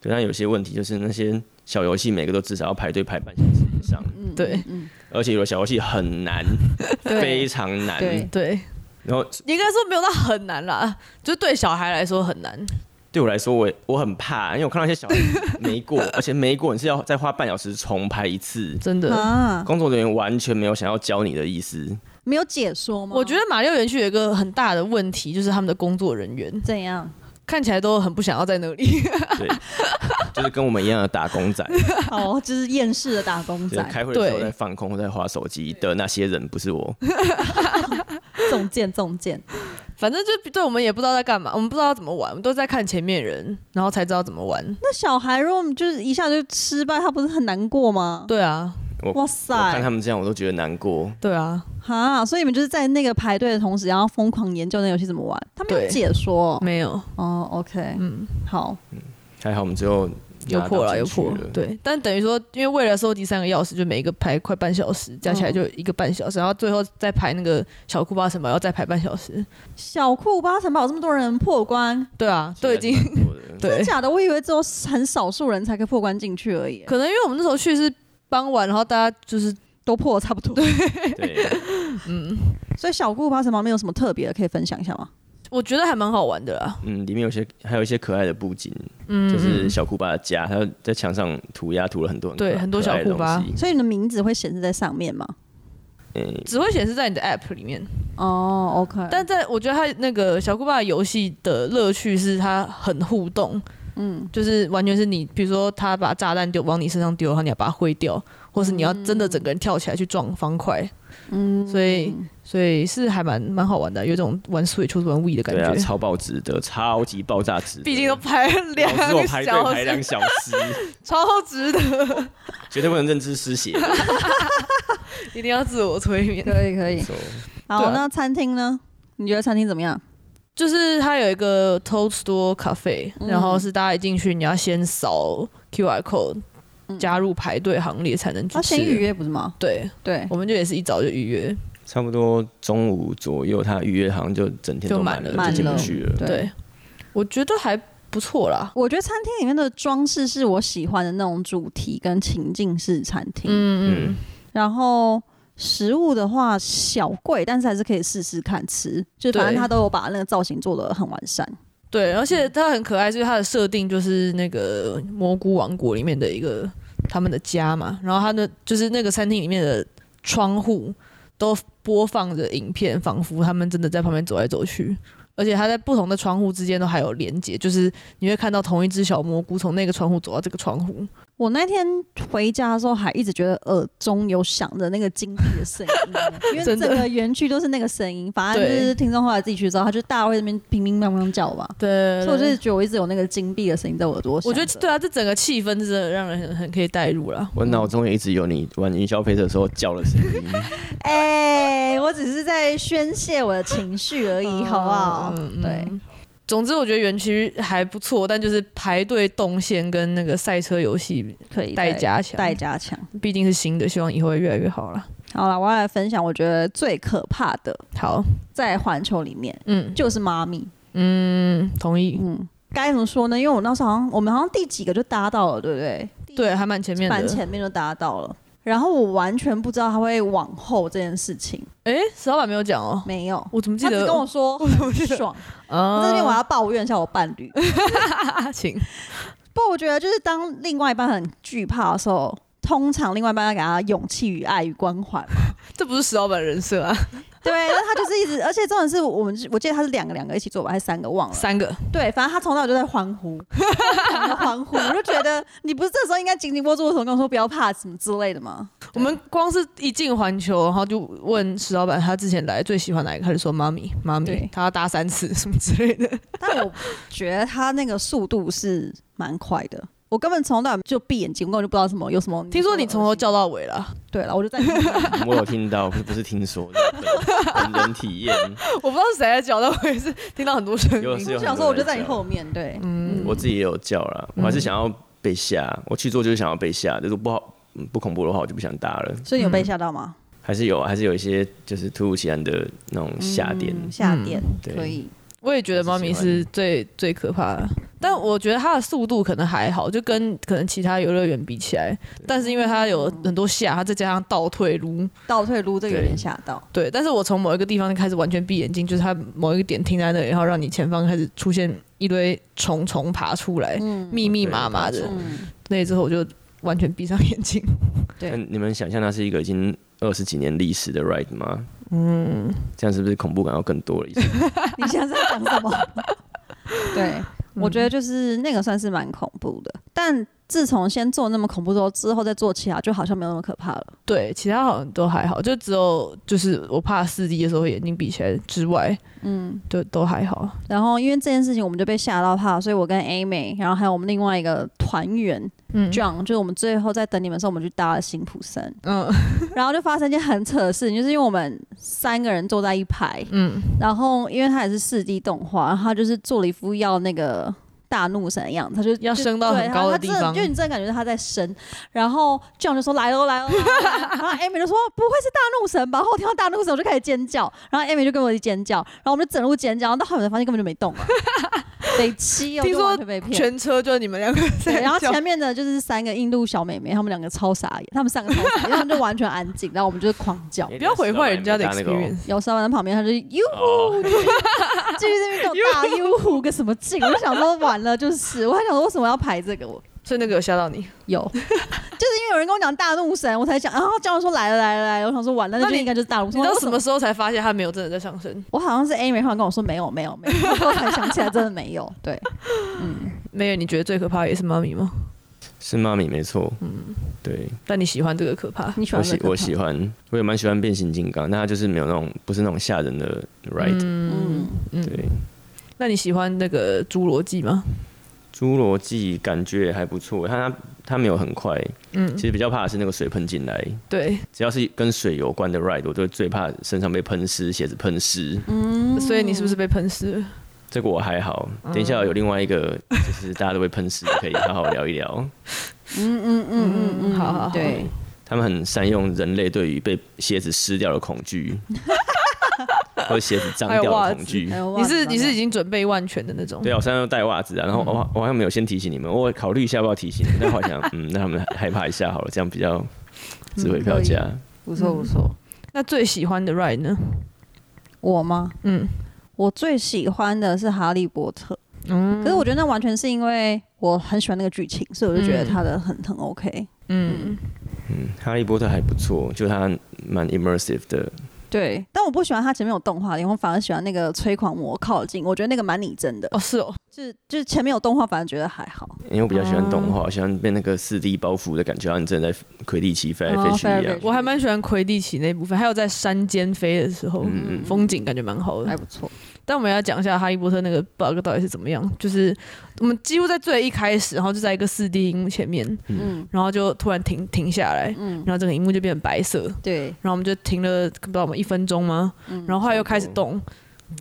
Speaker 3: 对，但有些问题就是那些小游戏每个都至少要排队排半小时以上，
Speaker 1: 嗯，
Speaker 2: 对
Speaker 1: 嗯，
Speaker 3: 而且有的小游戏 很难，非常难。
Speaker 1: 对
Speaker 2: 对，
Speaker 3: 然后
Speaker 2: 应该说没有到很难啦，就是对小孩来说很难。
Speaker 3: 对我来说，我我很怕，因为我看到一些小游戏没 过，而且没过你是要再花半小时重排一次。
Speaker 2: 真
Speaker 1: 嗯
Speaker 2: 的。
Speaker 1: 啊，
Speaker 3: 工作人员完全没有想要教你的意思，
Speaker 1: 没有解说吗？
Speaker 2: 我觉得马六园区有一个很大的问题，就是他们的工作人员
Speaker 1: 怎 样？
Speaker 2: 看起来都很不想要在那里。
Speaker 3: 对，就是跟我们一样的打工仔，
Speaker 1: 哦，就是厌世的打工
Speaker 3: 就是
Speaker 1: 仔，
Speaker 3: 开会的时候
Speaker 2: 对
Speaker 3: 在放空或在划手机的那些人，不是我。
Speaker 1: 中箭中箭。
Speaker 2: 反正就对我们也不知道在干嘛，我们不知道怎么玩，我们都在看前面人，然后才知道怎么玩。
Speaker 1: 那小孩如果我们就是一下就失败，他不是很难过吗？
Speaker 2: 对啊，
Speaker 1: 哇
Speaker 3: 我看他
Speaker 1: 塞，
Speaker 3: 们这样，我都觉得难过。
Speaker 2: 对啊，
Speaker 1: 哈！所以你们就是在那个排队的同时，然后疯狂研究那游戏怎么玩，他没有
Speaker 2: 对
Speaker 1: 解说哦
Speaker 2: 没有，
Speaker 1: 哦。OK，
Speaker 2: 嗯，
Speaker 1: 好，
Speaker 3: 还好我们最后
Speaker 2: 有
Speaker 3: 拿到
Speaker 2: 破了，有
Speaker 3: 进去
Speaker 2: 破
Speaker 3: 了，
Speaker 2: 对。但等于说，因为为了收集三个钥匙，就每一个排快半小时，加起来就一个半小时，然后最后再排那个小库巴城堡，要再排半小时。
Speaker 1: 小库巴城堡这么多人破关，
Speaker 2: 对啊，都已经
Speaker 3: 其实还是蛮多的
Speaker 1: 真
Speaker 2: 对
Speaker 1: 的，假的？我以为只有很少数人才可以破关进去而已，
Speaker 2: 可能因为我们那时候去是傍晚，然后大家就是
Speaker 1: 都破了差不多。
Speaker 3: 对，
Speaker 1: 所以小库巴城堡没有什么特别的，可以分享一下吗？
Speaker 2: 我觉得还蛮好玩的啦。
Speaker 3: 嗯，里面有些还有一些可爱的布景，
Speaker 2: 嗯，
Speaker 3: 就是
Speaker 2: 嗯
Speaker 3: 小库巴的家，他在墙上涂鸦涂了很多
Speaker 2: 对很多小库巴
Speaker 3: 可爱的东西
Speaker 1: 所以你的名字会显示在上面吗？
Speaker 3: 嗯，
Speaker 2: 只会显示在你的 App 里面。
Speaker 1: 哦，OK，
Speaker 2: 但在我觉得它那个小姑爸的游戏的乐趣是它很互动，嗯，就是完全是你，比如说他把炸弹丢往你身上丢，然后你要把它挥掉，或是你要真的整个人跳起来去撞方块，嗯，所以所以是还蛮蛮好玩的，有一种玩 Switch 或者玩 We 的感
Speaker 3: 对啊，
Speaker 2: 觉。
Speaker 3: 超爆值得，超级爆炸值得。
Speaker 2: 毕竟都排了两
Speaker 3: 老子我排队
Speaker 2: 小
Speaker 3: 排两
Speaker 2: 时，
Speaker 3: 小时，
Speaker 2: 超值得，
Speaker 3: 绝对不能认知失血。
Speaker 2: 一定要自我催眠。
Speaker 1: 可以可以。
Speaker 3: So，
Speaker 1: 好，
Speaker 2: 对啊
Speaker 1: 那餐厅呢？你觉得餐厅怎么样？
Speaker 2: 就是它有一个 Toad Store Cafe，、
Speaker 1: 嗯
Speaker 2: 然后是大家一进去，你要先扫 QR code 加入排队行列才能去
Speaker 1: 嗯要
Speaker 2: 吃。
Speaker 1: 先预约不是吗？
Speaker 2: 对，
Speaker 1: 对，
Speaker 2: 我们就也是一早就预约。
Speaker 3: 差不多中午左右，他预约好像就整天都
Speaker 2: 就
Speaker 3: 满
Speaker 2: 满
Speaker 3: 了，
Speaker 2: 了
Speaker 3: 就进不去了。
Speaker 1: 对
Speaker 2: 对，我觉得还不错啦。
Speaker 1: 我觉得餐厅里面的装饰是我喜欢的那种主题跟情境式餐厅，
Speaker 2: 嗯
Speaker 3: 嗯
Speaker 2: 嗯，，
Speaker 1: 然后。食物的话小贵，但是还是可以试试看吃，就反正
Speaker 2: 对
Speaker 1: 他都有把那个造型做的很完善。
Speaker 2: 对，而且它很可爱，就是它的设定就是那个蘑菇王国里面的一个他们的家嘛，然后它的就是那个餐厅里面的窗户都播放着影片，仿佛他们真的在旁边走来走去。而且它在不同的窗户之间都还有连接，就是你会看到同一只小蘑菇从那个窗户走到这个窗户。
Speaker 1: 我那天回家的时候，还一直觉得耳中有响着那个金币的声音，因 为整
Speaker 2: 真的
Speaker 1: 个园区都是那个声音。反正就是
Speaker 2: 对
Speaker 1: 听众后来自己去之后，他就大会那边乒乒乓乓叫吧。
Speaker 2: 对
Speaker 1: 所以我就是觉得我一直有那个金币的声音在我耳朵响着。
Speaker 2: 我觉得对啊，这整个气氛真的让人很很可以代入啦。
Speaker 3: 我脑中也一直有你玩云霄飞车的时候叫的声音。
Speaker 1: 哎、我只是在宣泄我的情绪而
Speaker 2: 嗯
Speaker 1: 已，好不好？对，
Speaker 2: 总之，我觉得园区还不错，但就是排队动线跟那个赛车游戏
Speaker 1: 可以
Speaker 2: 待加强，
Speaker 1: 代加强。
Speaker 2: 毕竟是新的，希望以后会越来越好啦。
Speaker 1: 好了，我要来分享我觉得最可怕的，
Speaker 2: 好，
Speaker 1: 在环球里面
Speaker 2: 嗯
Speaker 1: 就是妈咪。
Speaker 2: 嗯，同意。
Speaker 1: 嗯，该怎么说呢？因为我那时候好像我们好像第几个就搭到了，对不对？
Speaker 2: 对，还蛮前面
Speaker 1: 蛮
Speaker 2: 的，
Speaker 1: 前面就搭到了。然后我完全不知道他会往后这件事情，
Speaker 2: 哎、石老板没有讲哦，
Speaker 1: 没有，
Speaker 2: 我怎么记
Speaker 1: 他
Speaker 2: 得？
Speaker 1: 只跟我嗯说很爽。
Speaker 2: 啊，
Speaker 1: 在这边我要抱怨一下我伴侣，
Speaker 2: 大啊 请
Speaker 1: 不过我觉得就是当另外一半很惧怕的时候，通常另外一半要给他勇气与爱与关怀。
Speaker 2: 这不是石老板人设啊，
Speaker 1: 对，那他就是一直，而且重点是我们，我记得他是两个两个一起做吧，还是三个忘了。
Speaker 2: 三个
Speaker 1: 对，反正他从小就在欢呼， 疯狂地欢呼，我就觉得你不是这时候应该紧紧握住我手，跟我说不要怕什么之类的吗？
Speaker 2: 我们光是一进环球，然后就问石老板他之前来最喜欢哪一个，他就说妈咪妈咪
Speaker 1: 对，
Speaker 2: 他要搭三次什么之类的。
Speaker 1: 但我觉得他那个速度是蛮快的，我根本从头到尾就闭眼睛，我根本就不知道什么有什么。
Speaker 2: 听说你从
Speaker 1: 嗯
Speaker 2: 头叫到尾了，
Speaker 1: 对了，我就在
Speaker 3: 我有听到，不是听说的，本人体验。
Speaker 2: 我不知道是谁在叫到尾，是听到很多声
Speaker 3: 有
Speaker 2: 音。
Speaker 3: 是有
Speaker 1: 我
Speaker 3: 很多人
Speaker 1: 想说我就在你后面，对，
Speaker 2: 嗯，
Speaker 3: 我自己也有叫 啦，我还是想要被吓。我去做就是想要被吓，就是不好、嗯不恐怖的话，我就不想搭
Speaker 2: 嗯
Speaker 3: 了。
Speaker 1: 所以你有被吓到吗？
Speaker 3: 还是有啊，还是有一些就是突如其然的那种嗯吓点。
Speaker 1: 嗯
Speaker 2: 嗯
Speaker 1: 吓点
Speaker 3: 对
Speaker 1: 可以，
Speaker 2: 我也觉得妈咪是最最可怕的，但我觉得它的速度可能还好，就跟可能其他游乐园比起来，但是因为它有很多下，它再加上倒退路，
Speaker 1: 倒退撸这个有点吓到。
Speaker 2: 对。但是我从某一个地方开始完全闭眼睛，就是它某一个点停在那里，然后让你前方开始出现一堆虫虫爬出来，
Speaker 1: 嗯
Speaker 2: 密密麻麻的
Speaker 3: 对。
Speaker 1: 嗯，
Speaker 2: 那之后我就完全闭上眼睛，
Speaker 1: 对
Speaker 3: 那你们想象它是一个已经二十几年历史的 ride 吗？嗯，这样是不是恐怖感要更多了一些？
Speaker 1: 你现在在讲什么？对，
Speaker 2: 嗯
Speaker 1: 我觉得就是那个算是蛮恐怖的，但自从先做那么恐怖之后，之后再做其他就好像没有那么可怕了。
Speaker 2: 对，其他好像都还好，就只有就是我怕四 D 的时候眼睛闭起来之外，嗯，就都还好。
Speaker 1: 然后因为这件事情，我们就被吓到怕，所以我跟 A 美，然后还有我们另外一个团员
Speaker 2: 嗯
Speaker 1: John，、就是我们最后在等你们的时候，我们去搭了辛普森，
Speaker 2: 嗯
Speaker 1: 然后就发生一件很扯的事情，就是因为我们三个人坐在一排，
Speaker 2: 嗯，
Speaker 1: 然后因为他也是四 D 动画，然后他就是做了一副要那个大怒神的样子，他就
Speaker 2: 要
Speaker 1: 就
Speaker 2: 升到
Speaker 1: 对
Speaker 2: 很
Speaker 1: 他
Speaker 2: 高的
Speaker 1: 他
Speaker 2: 地
Speaker 1: 真
Speaker 2: 方
Speaker 1: 就你真的感觉到他在升。然后 John 就说来哦来哦，来哦然后 Amy 就说不会是大怒神吧？然后我听到大怒神我就开始尖叫，然后 Amy 就跟我一起尖叫，然后我们就整路尖叫，然后到后面才发现根本就没动啊，北七哦，
Speaker 2: 听说
Speaker 1: 就完全被骗。
Speaker 2: 全车就你们 两个
Speaker 1: 对，
Speaker 2: 在
Speaker 1: 然后
Speaker 2: 叫
Speaker 1: 前面的就是三个印度小妹妹，她们两个超傻眼，她们三个超傻眼，她们就完全安静，然后我们就是狂叫。
Speaker 2: 不要毁坏人家的
Speaker 3: 搭那个哦
Speaker 2: experience。
Speaker 1: 有沙湾在旁边，她就哟。
Speaker 3: 哦，
Speaker 1: 继续这边给我大优呼个什么劲？我就想说完了就是，我还想说为什么要排这个？我
Speaker 2: 所以那个有吓到你，
Speaker 1: 有，就是因为有人跟我讲大怒神，我才想啊，教授说来了来了来了，我想说完了，那
Speaker 2: 那
Speaker 1: 就
Speaker 2: 你
Speaker 1: 应该就是大怒
Speaker 2: 你
Speaker 1: 神。
Speaker 2: 到
Speaker 1: 我说
Speaker 2: 什么？时候才发现他没有真的在上升？
Speaker 1: 我好像是 Amy 突然跟我说没有没有没有，然后我才想起来真的没有。对，嗯，
Speaker 2: 没有，你觉得最可怕的也是妈咪吗？
Speaker 3: 是妈咪没错。嗯，对，
Speaker 2: 但你喜欢这个可怕？
Speaker 1: 你喜
Speaker 3: 我
Speaker 1: 欢这
Speaker 3: 喜
Speaker 1: 个
Speaker 3: 我
Speaker 1: 吗
Speaker 3: 喜欢，我也蛮喜欢变形金刚，那它就是没有那种不是那种吓人的 ride、
Speaker 1: 嗯，
Speaker 3: 对，
Speaker 2: 那你喜欢那个侏罗纪吗？
Speaker 3: 侏罗纪感觉还不错，它它它没有很快，
Speaker 2: 嗯
Speaker 3: 其，实比较怕的是那个水喷进来，
Speaker 2: 对，
Speaker 3: 只要是跟水有关的 ride，我都最怕身上被喷湿，鞋子喷湿。
Speaker 2: 所以你是不是被喷湿了？
Speaker 3: 这个我还好，等一下有另外一个，就是大家都会喷湿，可以好好聊一聊。
Speaker 1: 嗯嗯嗯嗯，
Speaker 2: 好好好
Speaker 1: 对，
Speaker 3: 他们很善用人类对于被鞋子湿掉的恐惧，或者鞋子脏掉的恐惧
Speaker 1: 还。有袜
Speaker 2: 你
Speaker 1: 子
Speaker 2: 是
Speaker 1: 吗
Speaker 2: 你是已经准备万全的那种？
Speaker 3: 对啊，我身上都带袜子啊，然后我好我好像没有先提醒你们，我考虑一下要不要提醒你们，但我 想，嗯，让他们害怕一下好了，这样比较值回票价。
Speaker 1: 不错不错，
Speaker 2: 那最喜欢的 ride 呢？
Speaker 1: 我吗？
Speaker 2: 嗯
Speaker 1: 我最喜欢的是哈利波特，
Speaker 2: 嗯
Speaker 1: 可是我觉得那完全是因为我很喜欢那个剧情，所以我就觉得它的很很 OK。
Speaker 2: 嗯，
Speaker 3: 嗯，哈利波特还不错，就它蛮 immersive 的，
Speaker 1: 对，但我不喜欢它前面有动画的，因为我反而喜欢那个催狂魔靠近，我觉得那个蛮拟真的，
Speaker 2: 哦是哦，
Speaker 1: 就是就是前面有动画，反而觉得还好。
Speaker 3: 因为我比较喜欢动画，喜欢被那个四 D 包袱的感觉，好像你真的在魁地奇飞来飞去一样
Speaker 1: 哦。
Speaker 2: 我还蛮喜欢魁地奇那部分，还有在山间飞的时候，
Speaker 3: 嗯嗯
Speaker 2: 风景感觉蛮好的，
Speaker 1: 还不错，
Speaker 2: 但我们要讲一下《哈利波特》那个 bug 到底是怎么样，就是我们几乎在最一开始，然后就在一个四 D 荧幕前面，
Speaker 1: 嗯
Speaker 2: 然后就突然停停下来，
Speaker 1: 嗯，
Speaker 2: 然后整个荧幕就变成白色，
Speaker 1: 对，
Speaker 2: 嗯然后我们就停了不知道我们一分钟吗？然后后来又开始动，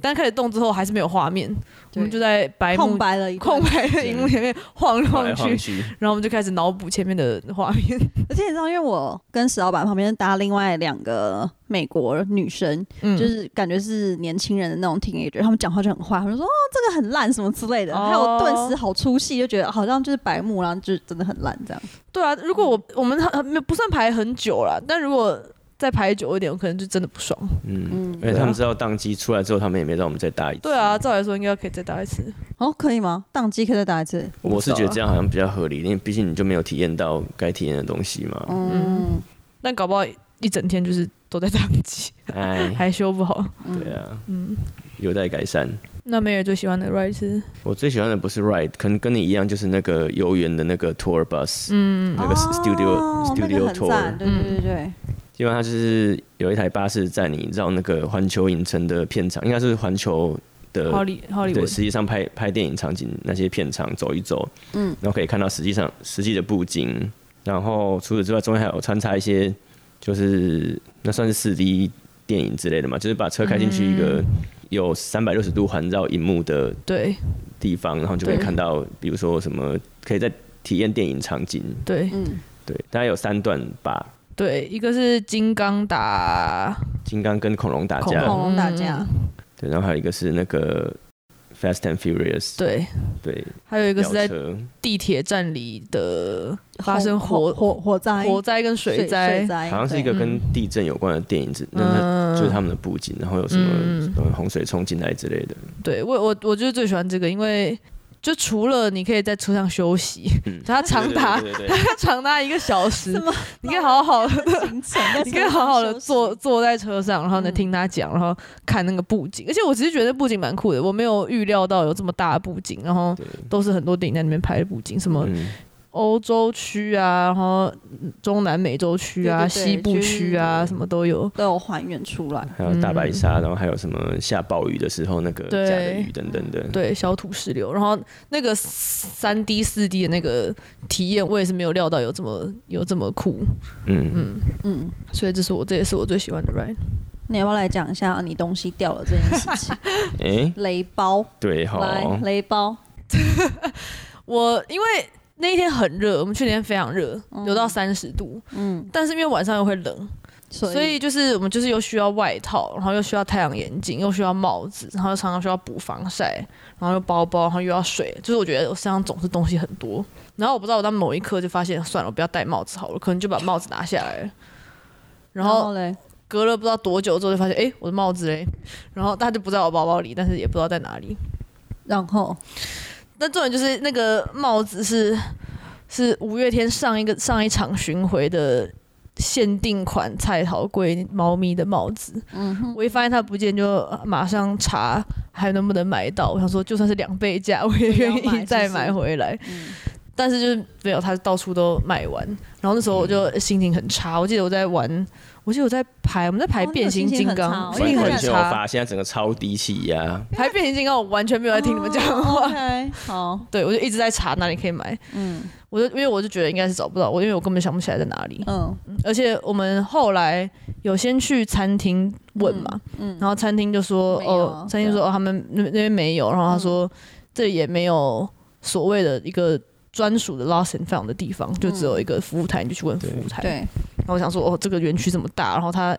Speaker 2: 但开始动之后还是没有画面，我们就在白幕
Speaker 1: 空白了一段
Speaker 2: 空白的荧幕前面晃来
Speaker 3: 晃
Speaker 2: 晃
Speaker 3: 来
Speaker 2: 去
Speaker 3: 晃，去，
Speaker 2: 然后我们就开始脑补前面的画面。
Speaker 1: 而且你知道，因为我跟石老板旁边搭另外两个美国女生，
Speaker 2: 嗯，
Speaker 1: 就是感觉是年轻人的那种 teenager，他们讲话就很坏，他们说哦这个很烂什么之类的，
Speaker 2: 哦
Speaker 1: 还有我顿时好出戏，就觉得好像就是白目，然后就真的很烂这样。
Speaker 2: 对啊，如果我我们很没有不算排很久啦，但如果再排久一点，我可能就真的不爽。
Speaker 3: 嗯
Speaker 1: 嗯，
Speaker 3: 而且他们知道宕机出来之后，他们也没让我们再搭一次。
Speaker 2: 对啊，照来说应该可以再打一次。
Speaker 1: 哦，可以吗？宕机可以再打一次。
Speaker 3: 我是觉得这样好像比较合理，因为毕竟你就没有体验到该体验的东西嘛。
Speaker 2: 哦
Speaker 1: 嗯，
Speaker 2: 但搞不好一整天就是都在宕机，
Speaker 3: 哎，
Speaker 2: 还修不好。
Speaker 3: 对啊，
Speaker 2: 嗯，
Speaker 3: 有待改善。
Speaker 2: 那梅尔最喜欢的 ride 是
Speaker 3: 我最喜欢的不是 ride，可能跟你一样，就是那个游园的那个 tour bus，、
Speaker 2: 嗯
Speaker 3: 那个 studio、
Speaker 1: 哦那
Speaker 3: studio
Speaker 1: 个很
Speaker 3: tour，
Speaker 1: 赞，对对对对，
Speaker 3: 基本上它就是有一台巴士载你绕那个环球影城的片场，应该是环球的
Speaker 2: 好里好里
Speaker 3: 呃对，
Speaker 2: 文，
Speaker 3: 实际上拍拍电影场景那些片场走一走，
Speaker 1: 嗯
Speaker 3: 然后可以看到实际上实际的布景，然后除此之外，中间还有穿插一些就是那算是四 D 电影之类的嘛，就是把车开进去一
Speaker 2: 嗯
Speaker 3: 个有三百六十度环绕荧幕的
Speaker 2: 对
Speaker 3: 地方，然后就可以
Speaker 2: 对
Speaker 3: 看到，比如说什么可以在体验电影场景，
Speaker 2: 对
Speaker 1: 嗯，
Speaker 3: 对，大概有三段吧，
Speaker 2: 对，一个是金刚打
Speaker 3: 金刚跟恐龙打
Speaker 2: 恐
Speaker 3: 架，
Speaker 1: 恐龙打架
Speaker 2: 嗯，
Speaker 3: 对，然后还有一个是那个 Fast and Furious，
Speaker 2: 对，
Speaker 3: 对，
Speaker 2: 还有一个
Speaker 3: 飙
Speaker 2: 是在
Speaker 3: 车，
Speaker 2: 地铁站里的发生
Speaker 1: 火
Speaker 2: 火
Speaker 1: 火火灾，
Speaker 2: 火灾跟
Speaker 1: 哎水
Speaker 2: 水灾，嗯
Speaker 1: 灾，
Speaker 3: 好像是一个
Speaker 2: 哎对
Speaker 3: 跟地震有关的电影，那那就是他们的布景，然后有什么、
Speaker 2: 嗯
Speaker 3: 呃洪水冲进来之类的。
Speaker 2: 对我我我就是最喜欢这个，因为就除了你可以在车上休息，
Speaker 3: 嗯
Speaker 2: 它长达
Speaker 3: 对对对对 对
Speaker 2: 它长达一个小时
Speaker 1: 什么，
Speaker 2: 你可以好好的。
Speaker 1: 对行程， 在
Speaker 2: 你可以好好的
Speaker 1: 车上休息
Speaker 2: 坐，坐在车上，然后呢
Speaker 1: 嗯
Speaker 2: 听他讲，然后看那个布景。而且我只是觉得布景蛮酷的，我没有预料到有这么大的布景，然后
Speaker 3: 对
Speaker 2: 都是很多电影在那边拍的布景，什么
Speaker 3: 嗯，
Speaker 2: 欧洲区啊，然后中南美洲区啊、
Speaker 1: 对对对
Speaker 2: 西部区啊，
Speaker 1: 就是
Speaker 2: 什么都有。
Speaker 1: 都有还原出来。
Speaker 3: 还有大白
Speaker 2: 嗯
Speaker 3: 鲨，然后还有什么下暴雨的时候那个
Speaker 2: 对
Speaker 3: 下的雨等等的。
Speaker 2: 对，小土石流，然后那个三 D、四 D 的那个体验，我也是没有料到有这么有这么酷，
Speaker 3: 嗯嗯，
Speaker 2: 嗯，
Speaker 1: 嗯，
Speaker 2: 所以这是我这也是我最喜欢的 ride。
Speaker 1: 你要不要来讲一下啊你东西掉了这件事 情？
Speaker 3: 哎、
Speaker 1: 雷包，
Speaker 3: 对好，
Speaker 1: 来雷包，
Speaker 2: 我因为那一天很热，我们去年非常热，有到三十度，
Speaker 1: 嗯，
Speaker 2: 但是因为晚上又会冷，
Speaker 1: 所
Speaker 2: 所以
Speaker 1: 以
Speaker 2: 就是我们就是又需要外套，然后又需要太阳眼镜，又需要帽子，然后又常常需要补防晒，然后又包包，然后又要水，就是我觉得我身上总是东西很多。然后我不知道我到某一刻就发现，算了，我不要戴帽子好了，可能就把帽子拿下来了。然后
Speaker 1: 嘞，
Speaker 2: 隔了不知道多久之后，就发现，哎、我的帽子嘞，然后它就不在我包包里，但是也不知道在哪里。
Speaker 1: 然后
Speaker 2: 但重点就是那个帽子是是五月天上一个上一场巡回的限定款菜桃龟猫咪的帽子。我一发现它不见，就马上查还能不能买到。我想说，就算是两倍价， 我也
Speaker 1: 也要
Speaker 2: 愿
Speaker 1: 买
Speaker 2: 意再
Speaker 1: 是不是
Speaker 2: 买嗯回来。但是就是没有，它到处都卖完。然后那时候我就心情很差，我记得我在玩，我记得我在排，我们在排
Speaker 1: 哦
Speaker 2: 变形金刚，
Speaker 1: 我那
Speaker 2: 心
Speaker 1: 你
Speaker 3: 完
Speaker 2: 情
Speaker 1: 个心
Speaker 2: 很
Speaker 3: 全
Speaker 1: 情
Speaker 3: 就
Speaker 2: 差。
Speaker 3: 发现在整个超低气压，
Speaker 2: 排变形金刚，我完全没有在听你们讲话。
Speaker 1: 哦 OK，好，
Speaker 2: 对，我就一直在查哪里可以买。
Speaker 1: 嗯
Speaker 2: 我就因为我就觉得应该是找不到，我因为我根本想不起来在哪里。
Speaker 1: 嗯
Speaker 2: 而且我们后来有先去餐厅问嘛，
Speaker 1: 嗯，
Speaker 2: 然后餐厅就说
Speaker 1: 没有嗯
Speaker 2: 哦，餐厅
Speaker 1: 对
Speaker 2: 说哦他们那那边没有，然后他说、这里也没有所谓的一个专属的 lost and found 的地方，就只有一个服务台，你就去问服务台。
Speaker 1: 嗯对，
Speaker 2: 然后我想说哦，这个园区这么大，然后他。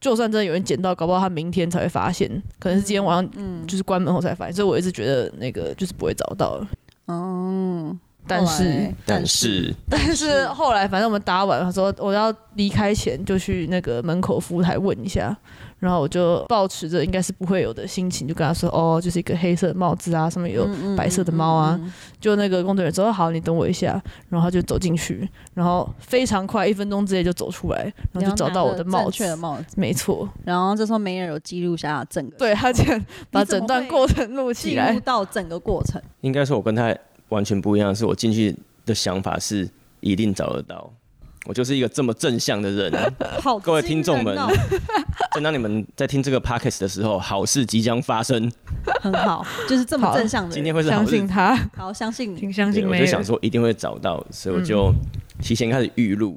Speaker 2: 就算真的有人捡到，搞不好他明天才会发现，可能是今天晚上就是关门后才发现，所以我一直觉得那个就是不会找到了。
Speaker 1: 嗯，
Speaker 2: 但
Speaker 1: 后来
Speaker 2: 是
Speaker 1: 嘞
Speaker 3: 但是
Speaker 2: 但是后来反正我们打完，他说哦我要离开前就去那个门口服务台问一下，然后我就抱持着应该是不会有的心情，就跟他说哦，就是一个黑色的帽子啊，上面有
Speaker 1: 嗯
Speaker 2: 白色的猫啊。就那个工作人员说哦好，你等我一下，然后他就走进去，然后非常快，一分钟之内就走出来，然后就找到我的帽
Speaker 1: 正确的
Speaker 2: 子。
Speaker 1: 帽子，
Speaker 2: 没错，
Speaker 1: 然后这时候没人有记录下整个，
Speaker 2: 对他竟然把整段过程录
Speaker 1: 记
Speaker 2: 起
Speaker 1: 录
Speaker 2: 来，
Speaker 1: 到整个过程，
Speaker 3: 应该说我跟他完全不一样，是我进去的想法是一定找得到，我就是一个这么正向的 人。
Speaker 1: 好， 哦
Speaker 3: 各位听众们，正当你们在听这个 podcast 的时候，好事即将发生。
Speaker 1: 很好，就是这么
Speaker 2: 好
Speaker 1: 正向的人，
Speaker 3: 今天会是好
Speaker 2: 相
Speaker 3: 日
Speaker 2: 信
Speaker 3: 子，
Speaker 2: 他，
Speaker 1: 好相信你，
Speaker 2: 挺相
Speaker 3: 对
Speaker 2: 信
Speaker 3: 我
Speaker 2: 没
Speaker 3: 就
Speaker 2: 人嗯
Speaker 3: 想说一定会找到，所以我就提前开始预 录，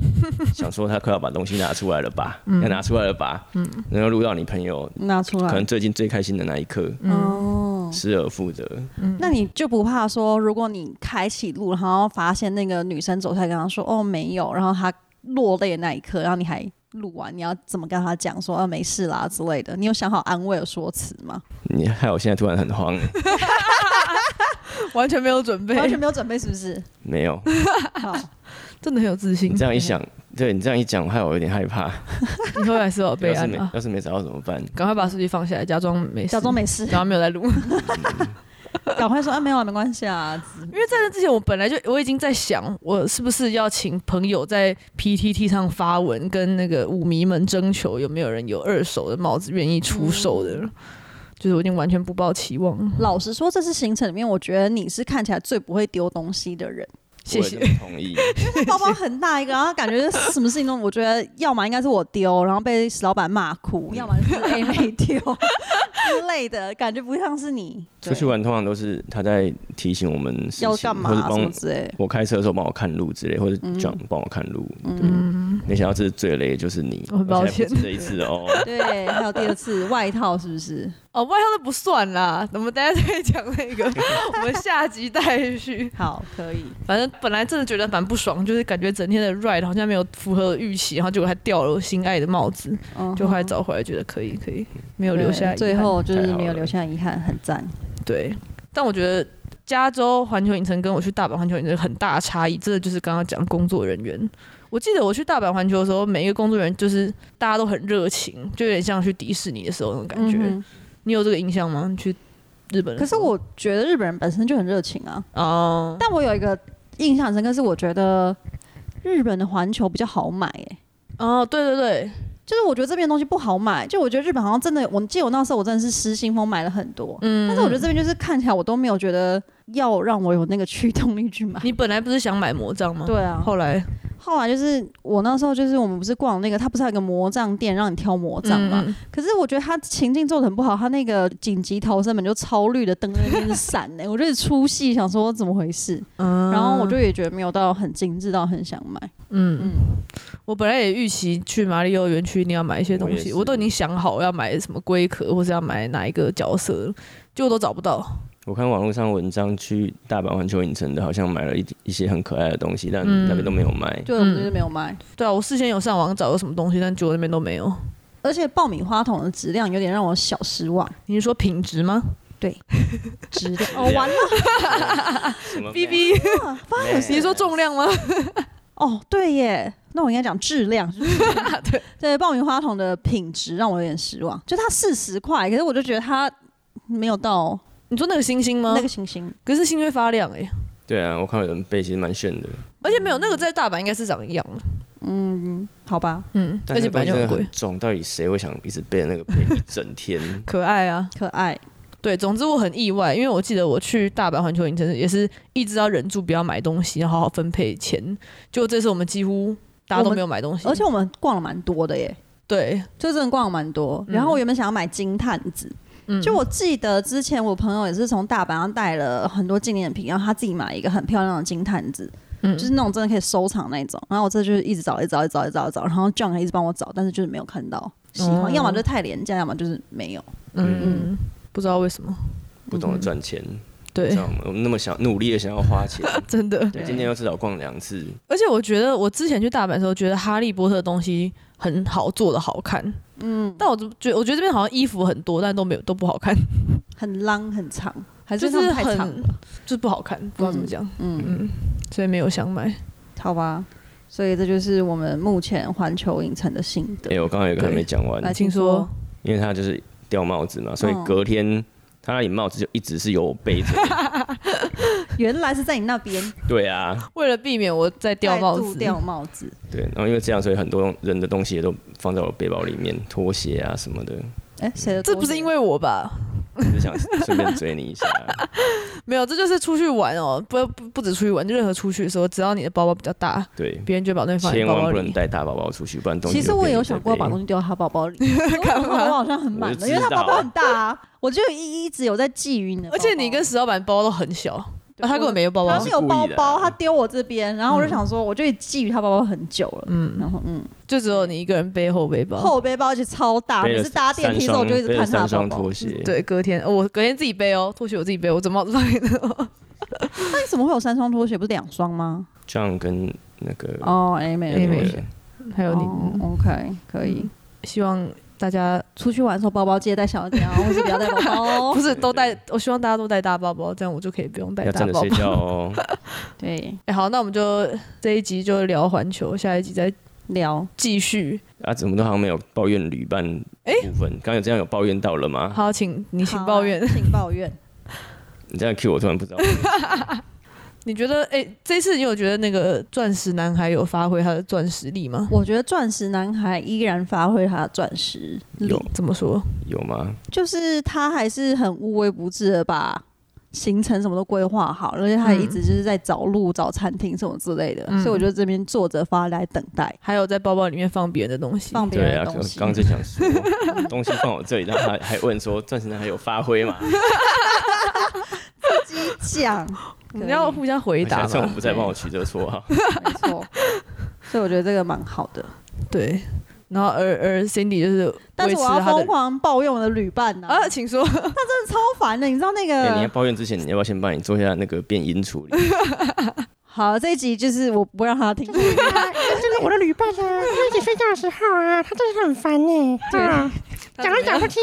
Speaker 3: 想说他快要把东西拿出来了吧，
Speaker 2: 嗯
Speaker 3: 要拿出来了吧，然后录到你朋友
Speaker 1: 拿出
Speaker 3: 可
Speaker 1: 来
Speaker 3: 能。最近最开心的那一刻，
Speaker 1: 哦，
Speaker 3: 失而复得。
Speaker 1: 那你就不怕说，如果你开启录，然后发现那个女生走下来跟他说“哦没有”，然后她落泪的那一刻，然后你还录完，你要怎么跟她讲说“啊没事啦”之类的？你有想好安慰的说辞吗？
Speaker 3: 你害我现在突然很慌，欸
Speaker 2: 完全没有准备，
Speaker 1: 完全没有准备，是不是？
Speaker 3: 没有，
Speaker 1: 好，
Speaker 2: 真的很有自信。
Speaker 3: 你这样 一想，对你这样一讲，害我有点害怕。
Speaker 2: 以后还是要备
Speaker 3: 要是
Speaker 2: 案
Speaker 3: 没
Speaker 2: 啊，
Speaker 3: 要是没找到怎么办？
Speaker 2: 赶快把手机放下来，假装没事
Speaker 1: 假装，没事，
Speaker 2: 假装没有在录。
Speaker 1: 赶快说“啊没有啊，没关系啊
Speaker 2: 因为在这之前，我本来就我已经在想，我是不是要请朋友在 PTT 上发文，跟那个舞迷们征求有没有人有二手的帽子愿意出售的。
Speaker 1: 嗯
Speaker 2: 就是我已经完全不抱期望了，”。
Speaker 1: 老实说，这次行程里面，我觉得你是看起来最不会丢东西的人。
Speaker 2: 谢谢
Speaker 3: 我也。这么同 意。
Speaker 1: 他包包很大一个，然后感觉是什么事情都，我觉得要么应该是我丢，然后被石老板骂哭，要么就是 A 没丢之类的，感觉不像是你
Speaker 3: 出去
Speaker 1: 对
Speaker 3: 玩通常都是他在提醒我们事情，
Speaker 1: 要干嘛
Speaker 3: 或者
Speaker 1: 什么
Speaker 3: 帮
Speaker 1: 之类的。
Speaker 3: 我开车的时候帮我看路之类，或者
Speaker 1: 嗯
Speaker 3: John 帮我看路。
Speaker 1: 嗯，
Speaker 3: 没想到这是最累的就是你，
Speaker 2: 我很抱
Speaker 3: 而且还不
Speaker 2: 歉
Speaker 3: 止这一次 哦。
Speaker 1: 对，还有第二次外套是不是？
Speaker 2: 哦，外套都不算啦，我们大家再讲 那个，我们下集待续。
Speaker 1: 好，可以。
Speaker 2: 反正本来真的觉得蛮不爽，就是感觉整天的 ride 好像没有符合预期，然后结果还掉了我心爱的帽子，
Speaker 1: 嗯
Speaker 2: 就后来找回来觉得可以可以，没有留下遗
Speaker 1: 对最
Speaker 2: 憾。
Speaker 1: 后就
Speaker 3: 太
Speaker 1: 是
Speaker 3: 好
Speaker 1: 没有
Speaker 3: 了
Speaker 1: 留下遗憾，很赞。
Speaker 2: 对，但我觉得加州环球影城跟我去大阪环球影城很大的差异，真的就是刚刚讲工作人员。我记得我去大阪环球的时候，每一个工作人员就是大家都很热情，就有点像去迪士尼的时候那种感觉。
Speaker 1: 嗯
Speaker 2: 你有这个印象吗？你去日本
Speaker 1: 哼可
Speaker 2: 的时
Speaker 1: 是
Speaker 2: 候？
Speaker 1: 我觉得日本人本身就很热情啊，
Speaker 2: 哦，
Speaker 1: 但我有一个印象深刻，是我觉得日本的环球比较好买、欸，
Speaker 2: 哦，对对对，
Speaker 1: 就是我觉得这边的东西不好买，就我觉得日本好像真的，我记得我那时候我真的是失心疯买了很多，
Speaker 2: 嗯。
Speaker 1: 但是我觉得这边就是看起来我都没有觉得要让我有那个驱动力去买。
Speaker 2: 你本来不是想买魔杖吗？
Speaker 1: 对啊，
Speaker 2: 后来
Speaker 1: 后来就是我那时候就是我们不是逛那个，他不是还有个魔杖店让你挑魔杖嘛？
Speaker 2: 嗯嗯
Speaker 1: 可是我觉得他情境做的很不好，他那个紧急逃生门就超绿的灯在那边闪呢、我就是出戏想说怎么回事，
Speaker 2: 嗯
Speaker 1: 然后我就也觉得没有到很精致到很想买。
Speaker 2: 嗯嗯，我本来也预期去马里奥园区一定要买一些东
Speaker 3: 我也
Speaker 2: 西，
Speaker 3: 是
Speaker 2: 我都已经想好要买什么龟壳，或是要买哪一个角色了，结果都找不到。
Speaker 3: 我看网络上文章，去大阪环球影城的，好像买了一一些很可爱的东西，但
Speaker 2: 嗯
Speaker 3: 那边都没有卖。
Speaker 1: 对，我们就是没有买，
Speaker 2: 对啊，我事先有上网找有什么东西，但结果那边都没有。
Speaker 1: 而且爆米花筒的质量有点让我小失望。
Speaker 2: 你是说品质吗
Speaker 1: 质量 哦，完了
Speaker 3: 啊什么
Speaker 2: ？B B，
Speaker 3: 卖
Speaker 2: 你是说重量吗？
Speaker 1: 哦，对耶，那我应该讲质量，是不 是
Speaker 2: 对
Speaker 1: 对爆米花筒的品质让我有点失望，就它四十块，可是我就觉得它没有到
Speaker 2: 你说那个星星吗？
Speaker 1: 那个星星，
Speaker 2: 可是星星会发亮哎、
Speaker 3: 对啊，我看有人背，其实蛮炫的，
Speaker 2: 而且没有那个在大阪应该是长一样的，
Speaker 1: 嗯，好吧，
Speaker 2: 嗯，而
Speaker 3: 但
Speaker 2: 且
Speaker 3: 是
Speaker 2: 本来就很
Speaker 3: 真的
Speaker 2: 贵
Speaker 3: 很，重，到底谁会想一直背那个背一整天？
Speaker 2: 可爱啊。
Speaker 1: 可爱，
Speaker 2: 对，总之我很意外，因为我记得我去大阪环球影城也是一直要忍住不要买东西，要好好分配钱。就这次我们哦几乎大家都没有买东西，
Speaker 1: 而且我们逛了蛮多的耶，
Speaker 2: 对，
Speaker 1: 就真的逛了蛮多。然后我原本想要买金探子，
Speaker 2: 嗯
Speaker 1: 就我记得之前我朋友也是从大阪上带了很多纪念品，然后他自己买一个很漂亮的金探子，
Speaker 2: 嗯
Speaker 1: 就是那种真的可以收藏那种。然后我这就是一直找，一直找，一直找，一直找，一直找。然后 John 还一直帮我找，但是就是没有看到喜欢，
Speaker 2: 哦
Speaker 1: 要么就是太廉价，要么就是没有。
Speaker 2: 嗯，不知道为什么，
Speaker 3: 不懂得赚钱，知
Speaker 2: 对，
Speaker 3: 道吗？我们那么想努力的想要花钱，
Speaker 2: 真的。
Speaker 3: 对，今天又至少逛两次，
Speaker 2: 而且我觉得我之前去大阪的时候，觉得哈利波特的东西很好做的好看，嗯，但我就觉我觉得这边好像衣服很多，但都没有都不好看，
Speaker 1: 很浪很长，还
Speaker 2: 就是
Speaker 1: 他
Speaker 2: 是
Speaker 1: 们太
Speaker 2: 很
Speaker 1: 长了？
Speaker 2: 就是不好看，不知道怎么讲，
Speaker 1: 嗯，
Speaker 2: 嗯，所以没有想买。
Speaker 1: 好吧。所以这就是我们目前环球影城的心得。
Speaker 3: 哎、我刚刚有一个还没讲完，
Speaker 1: 来，
Speaker 2: 请
Speaker 1: 请说
Speaker 2: 说。
Speaker 3: 因为他就是掉帽子嘛，所以
Speaker 1: 嗯
Speaker 3: 隔天他那顶帽子就一直是由我背着。
Speaker 1: 原来是在你那边
Speaker 3: 对啊，
Speaker 2: 为了避免我再 掉帽
Speaker 1: 再度
Speaker 2: 子，
Speaker 1: 掉帽子。
Speaker 3: 对，然后因为这样，所以很多人的东西也都放在我背包里面，拖鞋啊什么的，
Speaker 1: 哎、谁的？
Speaker 2: 这不是因为我吧？
Speaker 3: 只是想顺便追你一下。啊
Speaker 2: 没有，这就是出去玩哦，不不不止出去玩，就任何出去的时候，只要你的包包比较大，
Speaker 3: 对，
Speaker 2: 别人就会把东西放在你
Speaker 3: 千
Speaker 2: 包包
Speaker 3: 万不能
Speaker 2: 里。
Speaker 3: 带大包包出去，不然东西
Speaker 1: 其实我也有想过把东
Speaker 3: 西。
Speaker 1: 西丢到他包包 里，我包包好像很满的，因为他包包很大啊，我就一一直有在觊觎你的包包。
Speaker 2: 而且你跟石老板包都很小，
Speaker 1: 就
Speaker 2: 啊他根本没有包包
Speaker 1: 他是有包
Speaker 3: 他是故意的嗯
Speaker 1: 包，
Speaker 3: 啊
Speaker 1: 他丢我这边，然后我就想说，我就觊觎他包包很久了，
Speaker 2: 嗯
Speaker 1: 然后嗯，
Speaker 2: 就只有你一个人背后背包。
Speaker 1: 后背包而且超大，
Speaker 3: 背
Speaker 1: 每
Speaker 3: 了
Speaker 1: 次搭电梯的时候我就一直
Speaker 3: 三
Speaker 1: 看他
Speaker 3: 双背了三
Speaker 1: 的包
Speaker 3: 双
Speaker 1: 包嗯
Speaker 3: 拖。鞋，，
Speaker 2: 对，隔天、哦我隔天自己背哦，拖鞋我自己背，我怎么放 的？
Speaker 1: 那你怎么会有三双拖鞋？不是两双吗？
Speaker 3: 这样跟那个
Speaker 1: 哦，哎，没
Speaker 2: 妹
Speaker 1: 有没
Speaker 2: 妹
Speaker 1: 有
Speaker 3: 的
Speaker 2: 还有你，嗯
Speaker 1: 哦，OK，可以。
Speaker 2: 希望大家
Speaker 1: 出去玩的时候，包包记得带小一点哦，或是不要带包包 哦。
Speaker 2: 不是都带，我希望大家都带大包包，这样我就可以不用带
Speaker 3: 要
Speaker 2: 大
Speaker 3: 站着
Speaker 2: 包
Speaker 3: 睡
Speaker 2: 包。
Speaker 3: 觉哦。
Speaker 1: 对，
Speaker 2: 哎、好，那我们就这一集就聊环球，下一集再
Speaker 1: 聊
Speaker 2: 继续。
Speaker 3: 啊，怎么都好像没有抱怨旅伴部分，刚刚有这样有抱怨到了吗？
Speaker 2: 好，请你请抱怨
Speaker 1: 好。啊请抱怨。
Speaker 3: 你这样 Q 我突然不知道，
Speaker 2: 你觉得，哎、这次你有觉得那个钻石男孩有发挥他的钻石力吗？
Speaker 1: 我觉得钻石男孩依然发挥他的钻石力，
Speaker 3: 有
Speaker 2: 怎么说？
Speaker 3: 有吗？
Speaker 1: 就是他还是很无微不至的把行程什么都规划好，而且他也一直就是在找路、找餐厅什么之类的，
Speaker 2: 嗯
Speaker 1: 所以我就这边坐着发呆等待。
Speaker 2: 还有在包包里面放别人的东西，
Speaker 1: 放别
Speaker 3: 对
Speaker 1: 人的
Speaker 3: 啊，刚
Speaker 1: 东西，
Speaker 3: 刚就想说 东西放我这里，然后他还问说钻石男还有发挥 吗？
Speaker 1: 自己讲，
Speaker 2: 你要互相回答
Speaker 3: 下次我
Speaker 2: 嘛
Speaker 3: 不。再帮我取这个绰 号。
Speaker 1: 没错， 所以我觉得这个蛮好的。
Speaker 2: 对，然后而而 Cindy 就是
Speaker 1: 但
Speaker 2: 维
Speaker 1: 是
Speaker 2: 持
Speaker 1: 我要
Speaker 2: 他
Speaker 1: 疯
Speaker 2: 的
Speaker 1: 狂抱怨我的旅伴呢、
Speaker 2: 啊，请说。
Speaker 1: 超烦的，你知道那
Speaker 2: 啊
Speaker 3: 哎，你
Speaker 1: 个
Speaker 3: 要？抱怨之前，你要不要先帮你做一下那个变 音处理？
Speaker 1: 好，这一集就是我不让 他听，
Speaker 4: 就是我的旅伴 啊，跟他一起睡觉的时候啊，他真的很烦呢、啊，
Speaker 2: 他
Speaker 4: 讲都
Speaker 2: 怎么
Speaker 4: 讲
Speaker 2: 样
Speaker 4: 不听，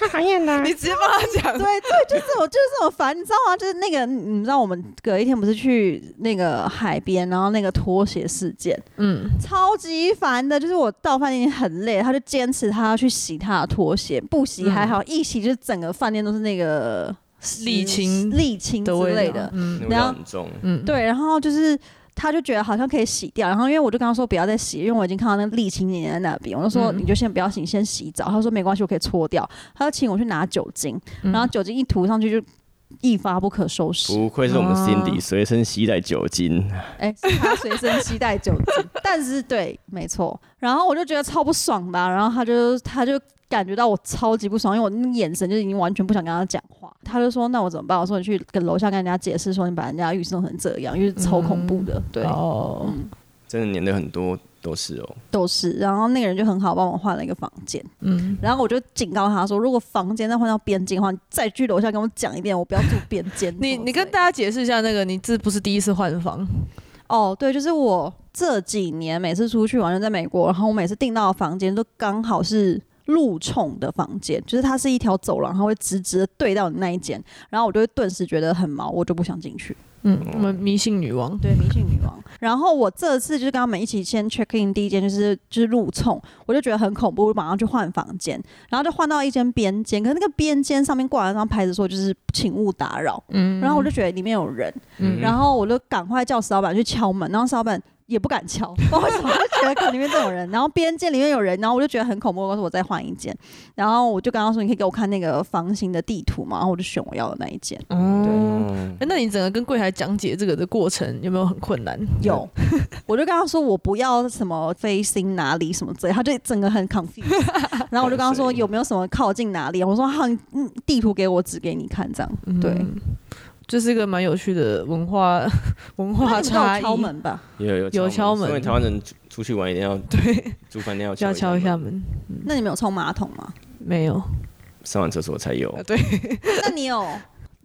Speaker 4: 超讨厌 的。
Speaker 2: 你直接帮他讲
Speaker 1: 对。对，就是我就是我烦，你知道吗？就是那个，你知道我们隔一天不是去那个海边，然后那个拖鞋事件，
Speaker 2: 嗯，
Speaker 1: 超级烦的。就是我到饭店已经很累，他就坚持他要去洗他的拖鞋，不
Speaker 2: 嗯
Speaker 1: 洗还好，一洗就是整个饭店都是那个
Speaker 2: 沥青
Speaker 1: 沥青之
Speaker 2: 的味道
Speaker 1: 类的。
Speaker 2: 嗯
Speaker 3: 那味道很重，
Speaker 2: 嗯，
Speaker 1: 对，然后就是他就觉得好像可以洗掉，然后因为我就跟他说不要再洗，因为我已经看到那个沥青黏在那边，我就说
Speaker 2: 嗯
Speaker 1: 你就先不要洗，你先洗澡。他说没关系，我可以搓掉。他就请我去拿酒精，
Speaker 2: 嗯
Speaker 1: 然后酒精一涂上去就一发不可收拾。
Speaker 3: 不愧是我们
Speaker 2: 啊
Speaker 3: Cindy 随身携带酒精，
Speaker 1: 哎、是他随身携带酒精，但是对，没错。然后我就觉得超不爽的啊、然后他就他就感觉到我超级不爽，因为我那个眼神就已经完全不想跟他讲话。他就说：“那我怎么办？”我说：“你去跟楼下跟人家解释，说你把人家浴室弄成这样，因为超恐怖的。对，
Speaker 2: 哦，
Speaker 3: 真的粘的很多都是哦。
Speaker 1: 都是。然后那个人就很好，帮我换了一个房间。
Speaker 2: 嗯，。
Speaker 1: 然后我就警告他说，如果房间再换到边境的话，你再去楼下跟我讲一遍，我不要住边间
Speaker 2: 你
Speaker 1: 什么之类
Speaker 2: 你跟
Speaker 1: 的
Speaker 2: 大家解释一下那个，你这不是第一次换房，
Speaker 1: 哦，对，就是我这几年每次出去玩就在美国，然后我每次订到的房间都刚好是。路冲的房间，就是它是一条走廊，它会直直的对到你那一间，然后我就会顿时觉得很毛，我就不想进去。
Speaker 2: 嗯，我们迷信女王，
Speaker 1: 对，迷信女王。然后我这次就是跟他们一起先 check in 第一间就是就是路冲，我就觉得很恐怖，我马上去换房间，然后就换到一间边间，可是那个边间上面挂了一张牌子说就是请勿打扰，
Speaker 2: 嗯，
Speaker 1: 然后我就觉得里面有人，
Speaker 2: 嗯
Speaker 1: 然后我就赶快叫石老板去敲门，然后石老板。也不敢敲，不 知道为什么，就觉得可能里面这种人。然后边间里面有人，然后我就觉得很恐怖。我告诉我再换一间，然后我就跟他说：“你可以给我看那个房型的地图嘛。”然后我就选我要的那一间。
Speaker 2: 哦。
Speaker 3: 嗯，
Speaker 2: 哎那你整个跟柜台讲解这个的过程有没有很困难？
Speaker 1: 有， 我就跟他说我不要什么飞星哪里什么之类，他就整个很 confused。然 后我就跟他说
Speaker 3: 所以
Speaker 1: 有没有什么靠近哪里？我说好，你嗯地图给我指给你看，这样。
Speaker 2: 嗯
Speaker 1: 对，
Speaker 2: 这是一个蛮有趣的文化 文
Speaker 1: 那
Speaker 2: 化
Speaker 1: 你们都
Speaker 2: 差
Speaker 1: 有
Speaker 2: 异。
Speaker 1: 敲门吧？
Speaker 3: 有有
Speaker 2: 有敲门
Speaker 3: 因为台湾人出出去玩一定要
Speaker 2: 对，
Speaker 3: 住饭店要
Speaker 2: 要敲一
Speaker 3: 下
Speaker 2: 下
Speaker 3: 门，
Speaker 2: 门，
Speaker 1: 那你们有冲马桶吗？
Speaker 2: 没有，
Speaker 3: 上完厕所才有。
Speaker 2: 对，
Speaker 1: 那你有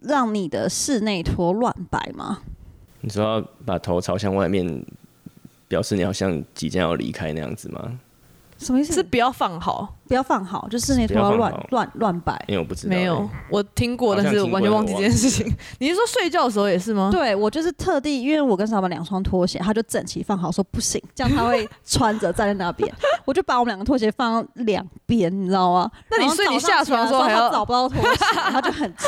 Speaker 1: 让你的室内拖乱摆吗？
Speaker 3: 你说要把头朝向外面，表示你好像即将要离开那样子吗？
Speaker 1: 什么意思？
Speaker 2: 是不要放好，
Speaker 1: 不要放好，就室内拖
Speaker 3: 不
Speaker 1: 要
Speaker 3: 要放
Speaker 1: 乱
Speaker 3: 好
Speaker 1: 乱乱摆。
Speaker 3: 因为我不知道、哎
Speaker 2: 没有，我听过，
Speaker 3: 好像
Speaker 2: 但是我
Speaker 3: 听过
Speaker 2: 完全忘记
Speaker 3: 我
Speaker 2: 这
Speaker 3: 忘
Speaker 2: 件事情。你是说睡觉的时候也是吗？
Speaker 1: 对我就是特地，因为我跟老板两双拖鞋，他就整齐放好，说不行，这样他会 穿着站在那边，我就把我们两个拖鞋放到两边，你知道吗？
Speaker 2: 那你
Speaker 1: 然后
Speaker 2: 所以你
Speaker 1: 早上
Speaker 2: 下
Speaker 1: 起来
Speaker 2: 床的
Speaker 1: 的
Speaker 2: 时候还要啊
Speaker 1: 他找不到拖鞋，他就很气。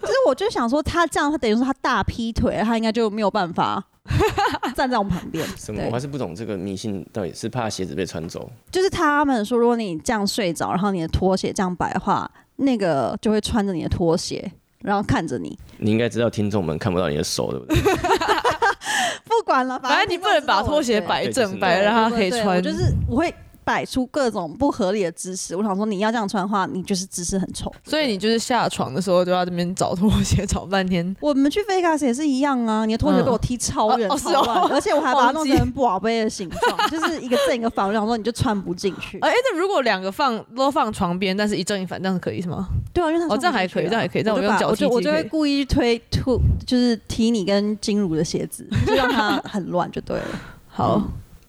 Speaker 1: 就是我就想说，他这样，他等于说他大劈腿，他应该就没有办法 站在我们旁边。
Speaker 3: 什么，
Speaker 1: 对
Speaker 3: 我还是不懂这个迷信到底是怕鞋子被穿走。
Speaker 1: 就是他们说，如果你这样睡着，然后你的拖鞋这样摆的话，那个就会穿着你的拖鞋，然后看着你。
Speaker 3: 你应该知道听众们看不到你的手，对不 对？
Speaker 1: 不管了，
Speaker 2: 反正你不能把拖鞋摆
Speaker 3: 对就是
Speaker 2: 正，
Speaker 3: 那
Speaker 2: 摆
Speaker 3: 样
Speaker 2: 让他
Speaker 1: 他
Speaker 2: 可以穿
Speaker 1: 我。就是我会摆出各种不合理的姿势。我想说，你要这样穿的话，你就是姿势很丑。
Speaker 2: 所以你就是下床的时候就要这边找拖鞋 找半天，
Speaker 1: 我们去 Vegas 也是一样啊，你的拖鞋被我踢超远、
Speaker 2: 嗯哦哦是哦
Speaker 1: 超 乱，而且我还把它弄
Speaker 2: 忘记
Speaker 1: 成宝贝的形状，就是一个正一个反。我想说，你就穿不进去。
Speaker 2: 哎、那如果两个放都放床边，但是一正一反，这样可以是吗？
Speaker 1: 对啊，因为它
Speaker 2: 哦这样还可以这样还可以这样
Speaker 1: 我
Speaker 2: 我
Speaker 1: 就
Speaker 2: 用
Speaker 1: 把
Speaker 2: 脚
Speaker 1: 我
Speaker 2: 踢
Speaker 1: 就我
Speaker 2: 踢
Speaker 1: 就
Speaker 2: 可
Speaker 1: 会
Speaker 2: 以
Speaker 1: 故意推吐，就是踢你跟金如的鞋子，就让它很乱就对了。
Speaker 2: 好，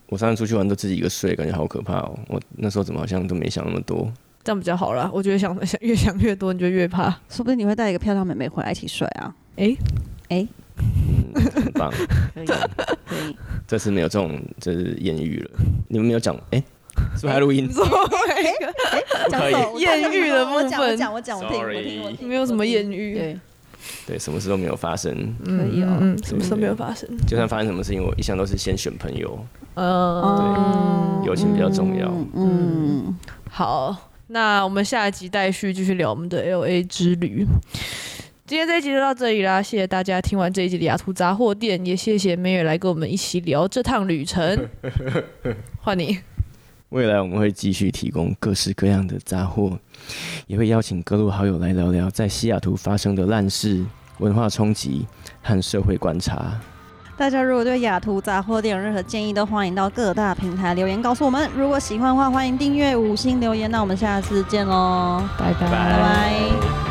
Speaker 3: 我上次出去玩都自己一个睡，感觉好可怕哦。我那时候怎么好像都没想那么多，
Speaker 2: 这样比较好啦。我觉得想想越想越多，你就越怕。
Speaker 1: 说不定你会带一个漂亮妹妹回来一起睡啊。
Speaker 2: 哎、
Speaker 3: 嗯，很棒。
Speaker 1: 可以，可以。
Speaker 3: 这次没有这种就是艳遇了，你们没有讲哎、是不是还录音？
Speaker 2: 你说
Speaker 1: 哎讲
Speaker 3: 可以
Speaker 1: 错，我
Speaker 2: 艳遇的部
Speaker 1: 我讲我
Speaker 2: 分
Speaker 1: 讲我讲，我听我听我
Speaker 3: Sorry
Speaker 1: 听，
Speaker 2: 没有什么艳
Speaker 1: 遇。
Speaker 2: 遇，
Speaker 1: 对，
Speaker 3: 对，什么事都没有发生。
Speaker 1: 可以哦
Speaker 2: 嗯，什么事都没有发生。
Speaker 3: 就算发生什么事情，我一向都是先选朋友，
Speaker 2: 嗯，
Speaker 3: 友情比较重要。
Speaker 1: 嗯，
Speaker 2: 好，那我们下一集待续继续聊我们的 L A 之旅。今天这一集就到这里啦，谢谢大家听完这一集的雅图杂货店，也谢谢梅尔来跟我们一起聊这趟旅程。换你，
Speaker 3: 未来我们会继续提供各式各样的杂货，也会邀请各路好友来聊聊在西雅图发生的烂事、文化冲击和社会观察。
Speaker 1: 大家如果对雅图杂货店有任何建议，都欢迎到各大平台留言告诉我们。如果喜欢的话，欢迎订阅、五星留言。那我们下次见喽，
Speaker 2: 拜拜
Speaker 1: 拜拜。